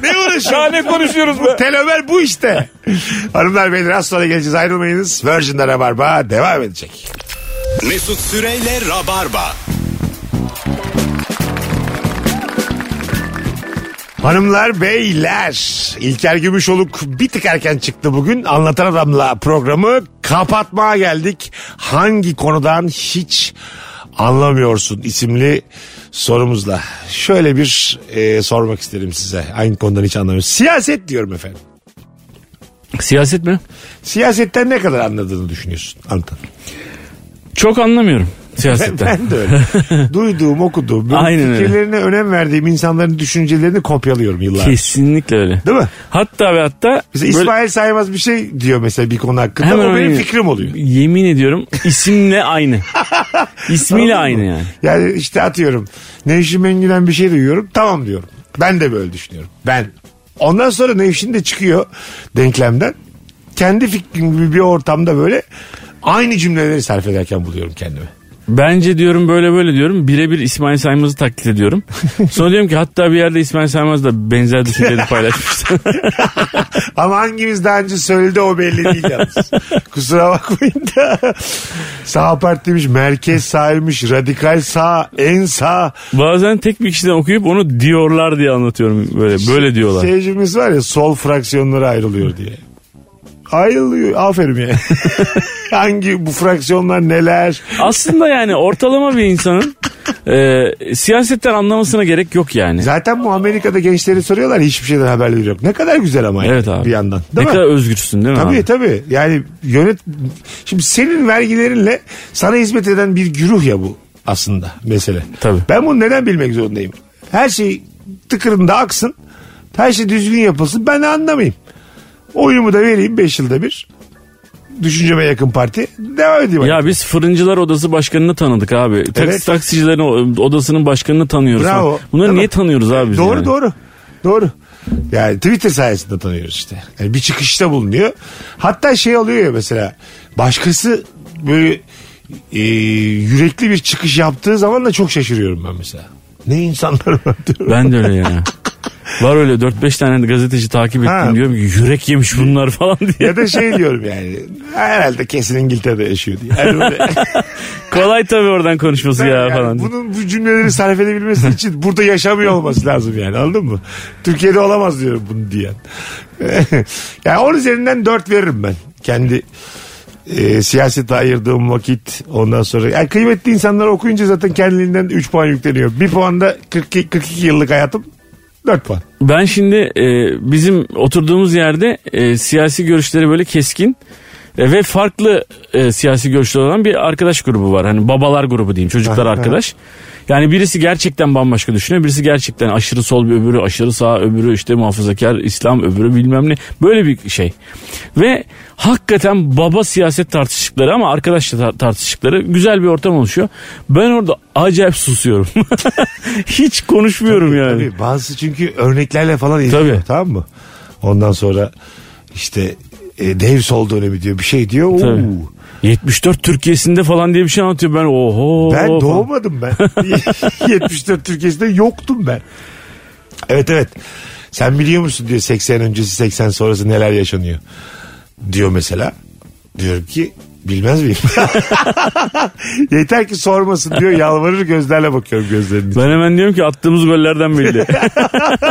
Speaker 3: Ne uğraşıyorsun?
Speaker 5: Daha ne konuşuyoruz be?
Speaker 3: Bu telomer bu işte. <laughs> Hanımlar beyler az sonra geleceğiz ayrılmayınız. Virgin'de Rabarba devam edecek.
Speaker 2: Mesut Süreyle Rabarba.
Speaker 3: Hanımlar beyler İlker Gümüşoluk bir tık erken çıktı bugün. Anlatan Adam'la programı kapatmaya geldik. Hangi konudan hiç anlamıyorsun isimli sorumuzla. Şöyle bir e, sormak isterim size. Hangi konudan hiç anlamıyorsun? Siyaset diyorum efendim.
Speaker 4: <laughs> Siyaset mi?
Speaker 3: Siyasetten ne kadar anladığını düşünüyorsun
Speaker 4: <laughs>
Speaker 3: Anlatan?
Speaker 4: Çok anlamıyorum
Speaker 3: Ben,
Speaker 4: siyasetten.
Speaker 3: ben de öyle. Duyduğum, okuduğum, böyle
Speaker 4: Aynen öyle.
Speaker 3: fikirlerine önem verdiğim insanların düşüncelerini kopyalıyorum yıllardır.
Speaker 4: Kesinlikle öyle.
Speaker 3: Değil mi?
Speaker 4: Hatta ve hatta
Speaker 3: Mesela
Speaker 4: böyle-
Speaker 3: İsmail Saymaz bir şey diyor mesela bir konu hakkında.
Speaker 4: Hemen
Speaker 3: o benim
Speaker 4: aynı.
Speaker 3: fikrim oluyor.
Speaker 4: yemin ediyorum
Speaker 3: <laughs>
Speaker 4: isimle aynı. İsmiyle aynı yani.
Speaker 3: Yani işte atıyorum. Nevşin Mengü'den bir şey duyuyorum. Tamam diyorum. Ben de böyle düşünüyorum. Ben. Ondan sonra Nevşin de çıkıyor denklemden. Kendi fikrim gibi bir ortamda böyle aynı cümleleri sarf ederken buluyorum kendimi.
Speaker 4: Bence diyorum böyle böyle diyorum. Birebir İsmail Saymaz'ı
Speaker 3: <laughs>
Speaker 4: taklit ediyorum. Sonra diyorum ki hatta bir yerde İsmail Saymaz da benzer düşünceleri paylaşmıştı.
Speaker 3: <laughs> Ama hangimiz daha önce söyledi o belli değil
Speaker 4: <laughs>
Speaker 3: yalnız. Kusura bakmayın da. Sağ partiymiş, merkez sağymış, radikal sağ, en sağ.
Speaker 4: Bazen tek bir kişiden okuyup onu diyorlar diye anlatıyorum böyle. Böyle diyorlar.
Speaker 3: Seyircimiz var ya sol fraksiyonlara ayrılıyor diye. Ayrılıyor. Aferin
Speaker 4: <laughs>
Speaker 3: ya. Hangi bu fraksiyonlar neler?
Speaker 4: Aslında yani ortalama
Speaker 3: <laughs>
Speaker 4: bir insanın e, siyasetten anlamasına gerek yok yani.
Speaker 3: Zaten bu Amerika'da gençleri soruyorlar hiçbir şeyden haberleri yok. Ne kadar güzel ama yani
Speaker 4: Evet abi.
Speaker 3: bir yandan.
Speaker 4: ne
Speaker 3: Değil mi?
Speaker 4: kadar özgürsün değil mi
Speaker 3: Tabii
Speaker 4: abi?
Speaker 3: tabii. Yani yönet şimdi senin vergilerinle sana hizmet eden bir güruh ya bu aslında mesele.
Speaker 4: Tabii.
Speaker 3: Ben bunu neden bilmek zorundayım? Her şey tıkırında aksın. Her şey düzgün yapılsın. Ben de anlamayayım. Oyumu da vereyim 5 yılda bir. Düşünceme yakın parti. Devam edeyim.
Speaker 4: Ya biz fırıncılar odası başkanını tanıdık abi. Taksi,
Speaker 3: şey. Evet.
Speaker 4: Taksicilerin o- odasının başkanını tanıyoruz.
Speaker 3: Bravo.
Speaker 4: falan. Bunları
Speaker 3: Değil mi?
Speaker 4: niye tanıyoruz abi biz
Speaker 3: Doğru
Speaker 4: yani?
Speaker 3: doğru. Doğru. Yani Twitter sayesinde tanıyoruz işte. Yani bir çıkışta bulunuyor. Hatta şey oluyor ya mesela başkası böyle e, yürekli bir çıkış yaptığı zaman da çok şaşırıyorum ben mesela. Ne insanlar var diyorum.
Speaker 4: Ben de öyle ya. <laughs> Var öyle 4-5 tane gazeteci takip ettim
Speaker 3: Ha.
Speaker 4: diyorum ki yürek yemiş bunlar <laughs> falan diye.
Speaker 3: Ya da şey diyorum yani herhalde kesin İngiltere'de yaşıyor diye. Yani böyle-
Speaker 4: Kolay tabii oradan konuşması ya
Speaker 3: Yani
Speaker 4: falan. diye.
Speaker 3: bunun bu cümleleri sarf edebilmesi için burada yaşamıyor olması lazım yani anladın mı? Türkiye'de olamaz diyorum bunu diyen. <laughs> yani 10 üzerinden 4 veririm ben. Kendi e, siyasete ayırdığım vakit ondan sonra. Yani kıymetli insanlar okuyunca zaten kendiliğinden 3 puan yükleniyor. 1 puan da 42, 42 yıllık hayatım 4 puan.
Speaker 4: Ben şimdi e, bizim oturduğumuz yerde e, siyasi görüşleri böyle keskin e, ve farklı e, siyasi görüşleri olan bir arkadaş grubu var. Hani babalar grubu diyeyim çocuklar arkadaş. Yani birisi gerçekten bambaşka düşünüyor. Birisi gerçekten aşırı sol bir öbürü aşırı sağ öbürü işte muhafazakar İslam öbürü bilmem ne. Böyle bir şey. Ve hakikaten baba siyaset tartıştıkları ama arkadaşla tar- tartıştıkları güzel bir ortam oluşuyor. Ben orada acayip susuyorum. <laughs> Hiç konuşmuyorum yani.
Speaker 3: Tabii bazısı çünkü örneklerle falan ilgili.
Speaker 4: Tabii.
Speaker 3: Tamam mı? Ondan sonra işte e, dev sol dönemi diyor bir şey diyor. Oo.
Speaker 4: Tabii. 74 Türkiye'sinde falan diye bir şey anlatıyor. Ben oho.
Speaker 3: Ben
Speaker 4: falan.
Speaker 3: doğmadım
Speaker 4: <laughs>
Speaker 3: ben. 74 Türkiye'sinde yoktum ben. Evet evet. Sen biliyor musun diyor 80 öncesi 80 sonrası neler yaşanıyor. Diyor mesela. Diyorum ki bilmez miyim? <laughs> Yeter ki sormasın diyor yalvarır gözlerle bakıyorum gözlerinin.
Speaker 4: Ben hemen diyorum ki attığımız gollerden belli. <laughs>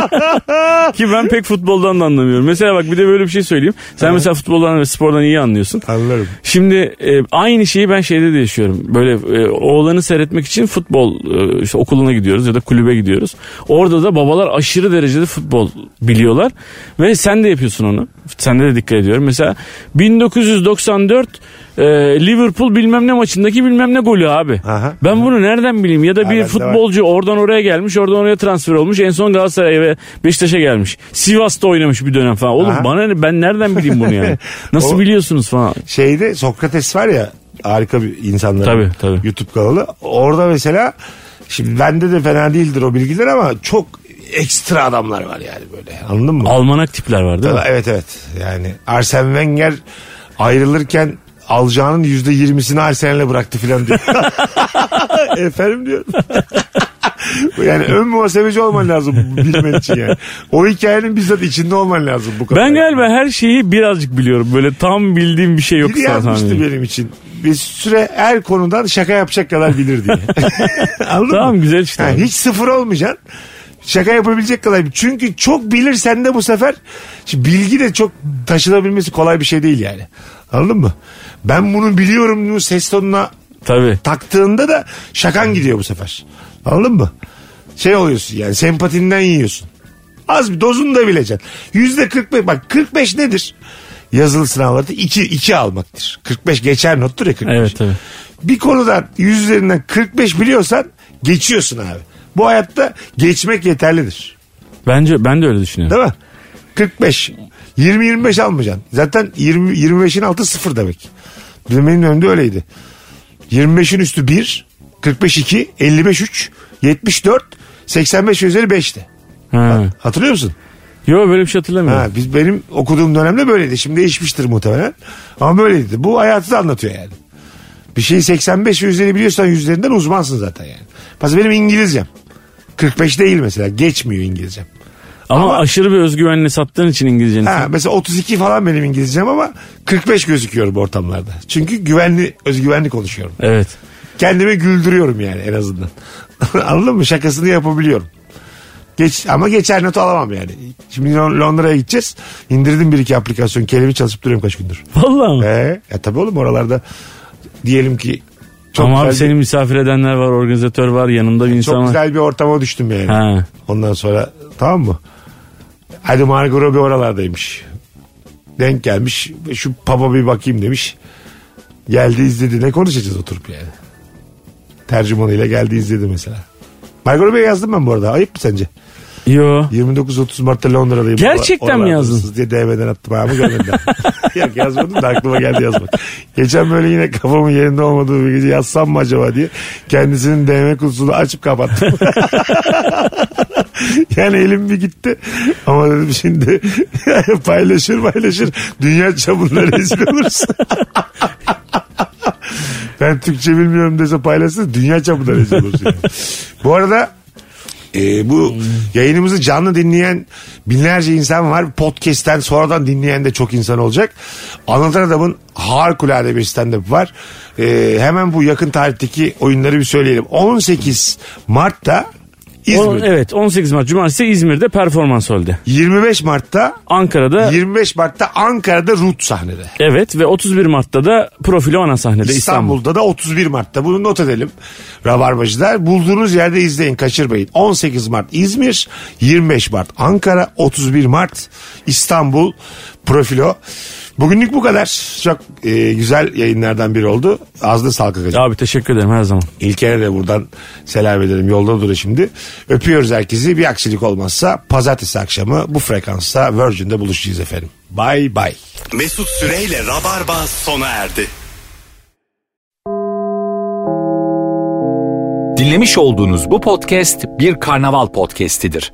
Speaker 4: ki ben pek futboldan da anlamıyorum. Mesela bak bir de böyle bir şey söyleyeyim. Sen mesela futboldan ve spordan iyi anlıyorsun.
Speaker 3: Anlarım.
Speaker 4: Şimdi e, aynı şeyi ben şeyde de yaşıyorum. Böyle e, oğlanı seyretmek için futbol e, işte okuluna gidiyoruz ya da kulübe gidiyoruz. Orada da babalar aşırı derecede futbol biliyorlar ve sen de yapıyorsun onu. Sende de dikkat ediyorum. Mesela 1994 e, Liverpool bilmem ne maçındaki bilmem ne golü abi.
Speaker 3: Aha.
Speaker 4: Ben bunu nereden bileyim ya da
Speaker 3: bende
Speaker 4: bir
Speaker 3: var.
Speaker 4: futbolcu oradan oraya gelmiş, oradan oraya transfer olmuş. En son Galatasaray'a ve Beşiktaş'a gelmiş. Sivas'ta oynamış bir dönem falan. Oğlum
Speaker 3: Aha.
Speaker 4: bana ne- ben nereden bileyim
Speaker 3: <laughs>
Speaker 4: bunu yani? Nasıl
Speaker 3: O-
Speaker 4: biliyorsunuz falan?
Speaker 3: Şeyde Sokrates var ya harika bir insanların
Speaker 4: Tabii, tabii.
Speaker 3: YouTube kanalı. Orada mesela şimdi bende de fena değildir o bilgiler ama çok ekstra adamlar var yani böyle. Anladın mı?
Speaker 4: Almanak tipler var değil mi?
Speaker 3: Tabii, evet evet. Yani Arsene Wenger ayrılırken alacağının yüzde yirmisini Arsene'le bıraktı filan
Speaker 4: <laughs>
Speaker 3: diyor. Efendim diyor. <laughs> yani ön muhasebeci olman lazım bilmen için yani. O hikayenin bizzat içinde olman lazım bu kadar.
Speaker 4: Ben galiba her şeyi birazcık biliyorum. Böyle tam bildiğim bir şey yok.
Speaker 3: Biri yazmıştı benim için. Bir süre her konudan şaka yapacak kadar bilir
Speaker 4: <laughs>
Speaker 3: diye. Anladın
Speaker 4: Tamam
Speaker 3: mı?
Speaker 4: güzel işte.
Speaker 3: Ha, hiç sıfır olmayacaksın. Şaka yapabilecek kadar. Çünkü çok bilirsen de bu sefer şimdi bilgi de çok taşınabilmesi kolay bir şey değil yani. Anladın mı? Ben bunu biliyorum bunu ses tonuna
Speaker 4: Tabii.
Speaker 3: taktığında da şakan gidiyor bu sefer. Anladın mı? Şey oluyorsun yani sempatinden yiyorsun. Az bir dozunu da bileceksin. Yüzde 45 bak 45 nedir? Yazılı sınavlarda 2, 2 almaktır. 45 geçer nottur ya 45.
Speaker 4: Evet, tabii.
Speaker 3: Bir konudan yüz üzerinden 45 biliyorsan geçiyorsun abi. Bu hayatta geçmek yeterlidir.
Speaker 4: Bence ben de öyle düşünüyorum.
Speaker 3: Değil mi? 45. 20-25 almayacaksın. Zaten 20, 25'in altı sıfır demek. Bizim benim önümde öyleydi. 25'in üstü 1, 45 2, 55 3, 74, 85 üzeri 5'ti.
Speaker 4: Ha.
Speaker 3: Hatırlıyor musun?
Speaker 4: Yo böyle bir şey hatırlamıyorum.
Speaker 3: Ha, biz benim okuduğum dönemde böyleydi. Şimdi değişmiştir muhtemelen. Ama böyleydi. Bu hayatı da anlatıyor yani. Bir şeyi 85 ve üzeri biliyorsan yüzlerinden uzmansın zaten yani. Mesela benim İngilizcem. 45 değil mesela. Geçmiyor İngilizcem.
Speaker 4: Ama,
Speaker 3: Ama-
Speaker 4: aşırı bir özgüvenle sattığın için İngilizceni.
Speaker 3: Ha, mesela 32 falan benim İngilizcem ama 45 gözüküyorum ortamlarda. Çünkü güvenli, özgüvenli konuşuyorum.
Speaker 4: Evet.
Speaker 3: Kendimi güldürüyorum yani en azından. <laughs> Anladın mı? Şakasını yapabiliyorum. Geç, ama geçer not alamam yani. Şimdi Lon- Londra'ya gideceğiz. İndirdim bir iki aplikasyon. Kelimi çalışıp duruyorum kaç gündür.
Speaker 4: Vallahi mi?
Speaker 3: Ee, ya tabii oğlum oralarda diyelim ki çok
Speaker 4: Ama abi
Speaker 3: güzel,
Speaker 4: seni misafir edenler var, organizatör var, yanımda bir
Speaker 3: bir, çok
Speaker 4: insan var.
Speaker 3: güzel bir ortama düştüm yani.
Speaker 4: Ha.
Speaker 3: Ondan sonra tamam mı? Hadi Margot Robbie oralardaymış. Denk gelmiş. Şu pub'a bir bakayım demiş. Geldi izledi. Ne konuşacağız oturup yani? Tercümanıyla geldi izledi mesela. Margot Robbie'ye yazdım ben bu arada. Ayıp mı sence?
Speaker 4: Yo.
Speaker 3: 29-30 Mart'ta Londra'dayım.
Speaker 4: Gerçekten mi
Speaker 3: Oralardasınız
Speaker 4: yazdın?
Speaker 3: diye DM'den attım abi görmedim. <laughs> Yok yazmadım da aklıma geldi yazmak. Geçen böyle yine kafamın yerinde olmadığı bir gece yazsam mı acaba diye kendisinin DM kutusunu açıp kapattım. <laughs> yani elim bir gitti ama dedim şimdi <laughs> paylaşır paylaşır dünya çapında rezil olursun. ben Türkçe bilmiyorum dese paylaşsın dünya çapında rezil olursun. yani. Bu arada ee, bu yayınımızı canlı dinleyen binlerce insan var. Podcast'ten sonradan dinleyen de çok insan olacak. Anlatan Adam'ın harikulade bir stand-up var. Ee, hemen bu yakın tarihteki oyunları bir söyleyelim. 18 Mart'ta
Speaker 4: On-
Speaker 3: İzmir.
Speaker 4: evet 18 Mart Cumartesi İzmir'de performans holde.
Speaker 3: 25 Mart'ta
Speaker 4: Ankara'da
Speaker 3: 25 Mart'ta Ankara'da Rut sahnede.
Speaker 4: evet ve 31 Mart'ta da Profilo ana sahnede İstanbul.
Speaker 3: İstanbul'da da 31 Mart'ta. Bunu not edelim. Rabarbacılar bulduğunuz yerde izleyin kaçırmayın. 18 Mart İzmir, 25 Mart Ankara, 31 Mart İstanbul profilo. Bugünlük bu kadar. Çok e, güzel yayınlardan biri oldu. Azlı Salkakacı.
Speaker 4: Abi teşekkür ederim her zaman.
Speaker 3: İlker'e de buradan selam edelim. Yolda dur şimdi. Öpüyoruz herkesi. Bir aksilik olmazsa pazartesi akşamı bu frekansta Virgin'de buluşacağız efendim. Bay bay.
Speaker 2: Mesut Süreyle Rabarba sona erdi.
Speaker 1: Dinlemiş olduğunuz bu podcast bir karnaval podcastidir.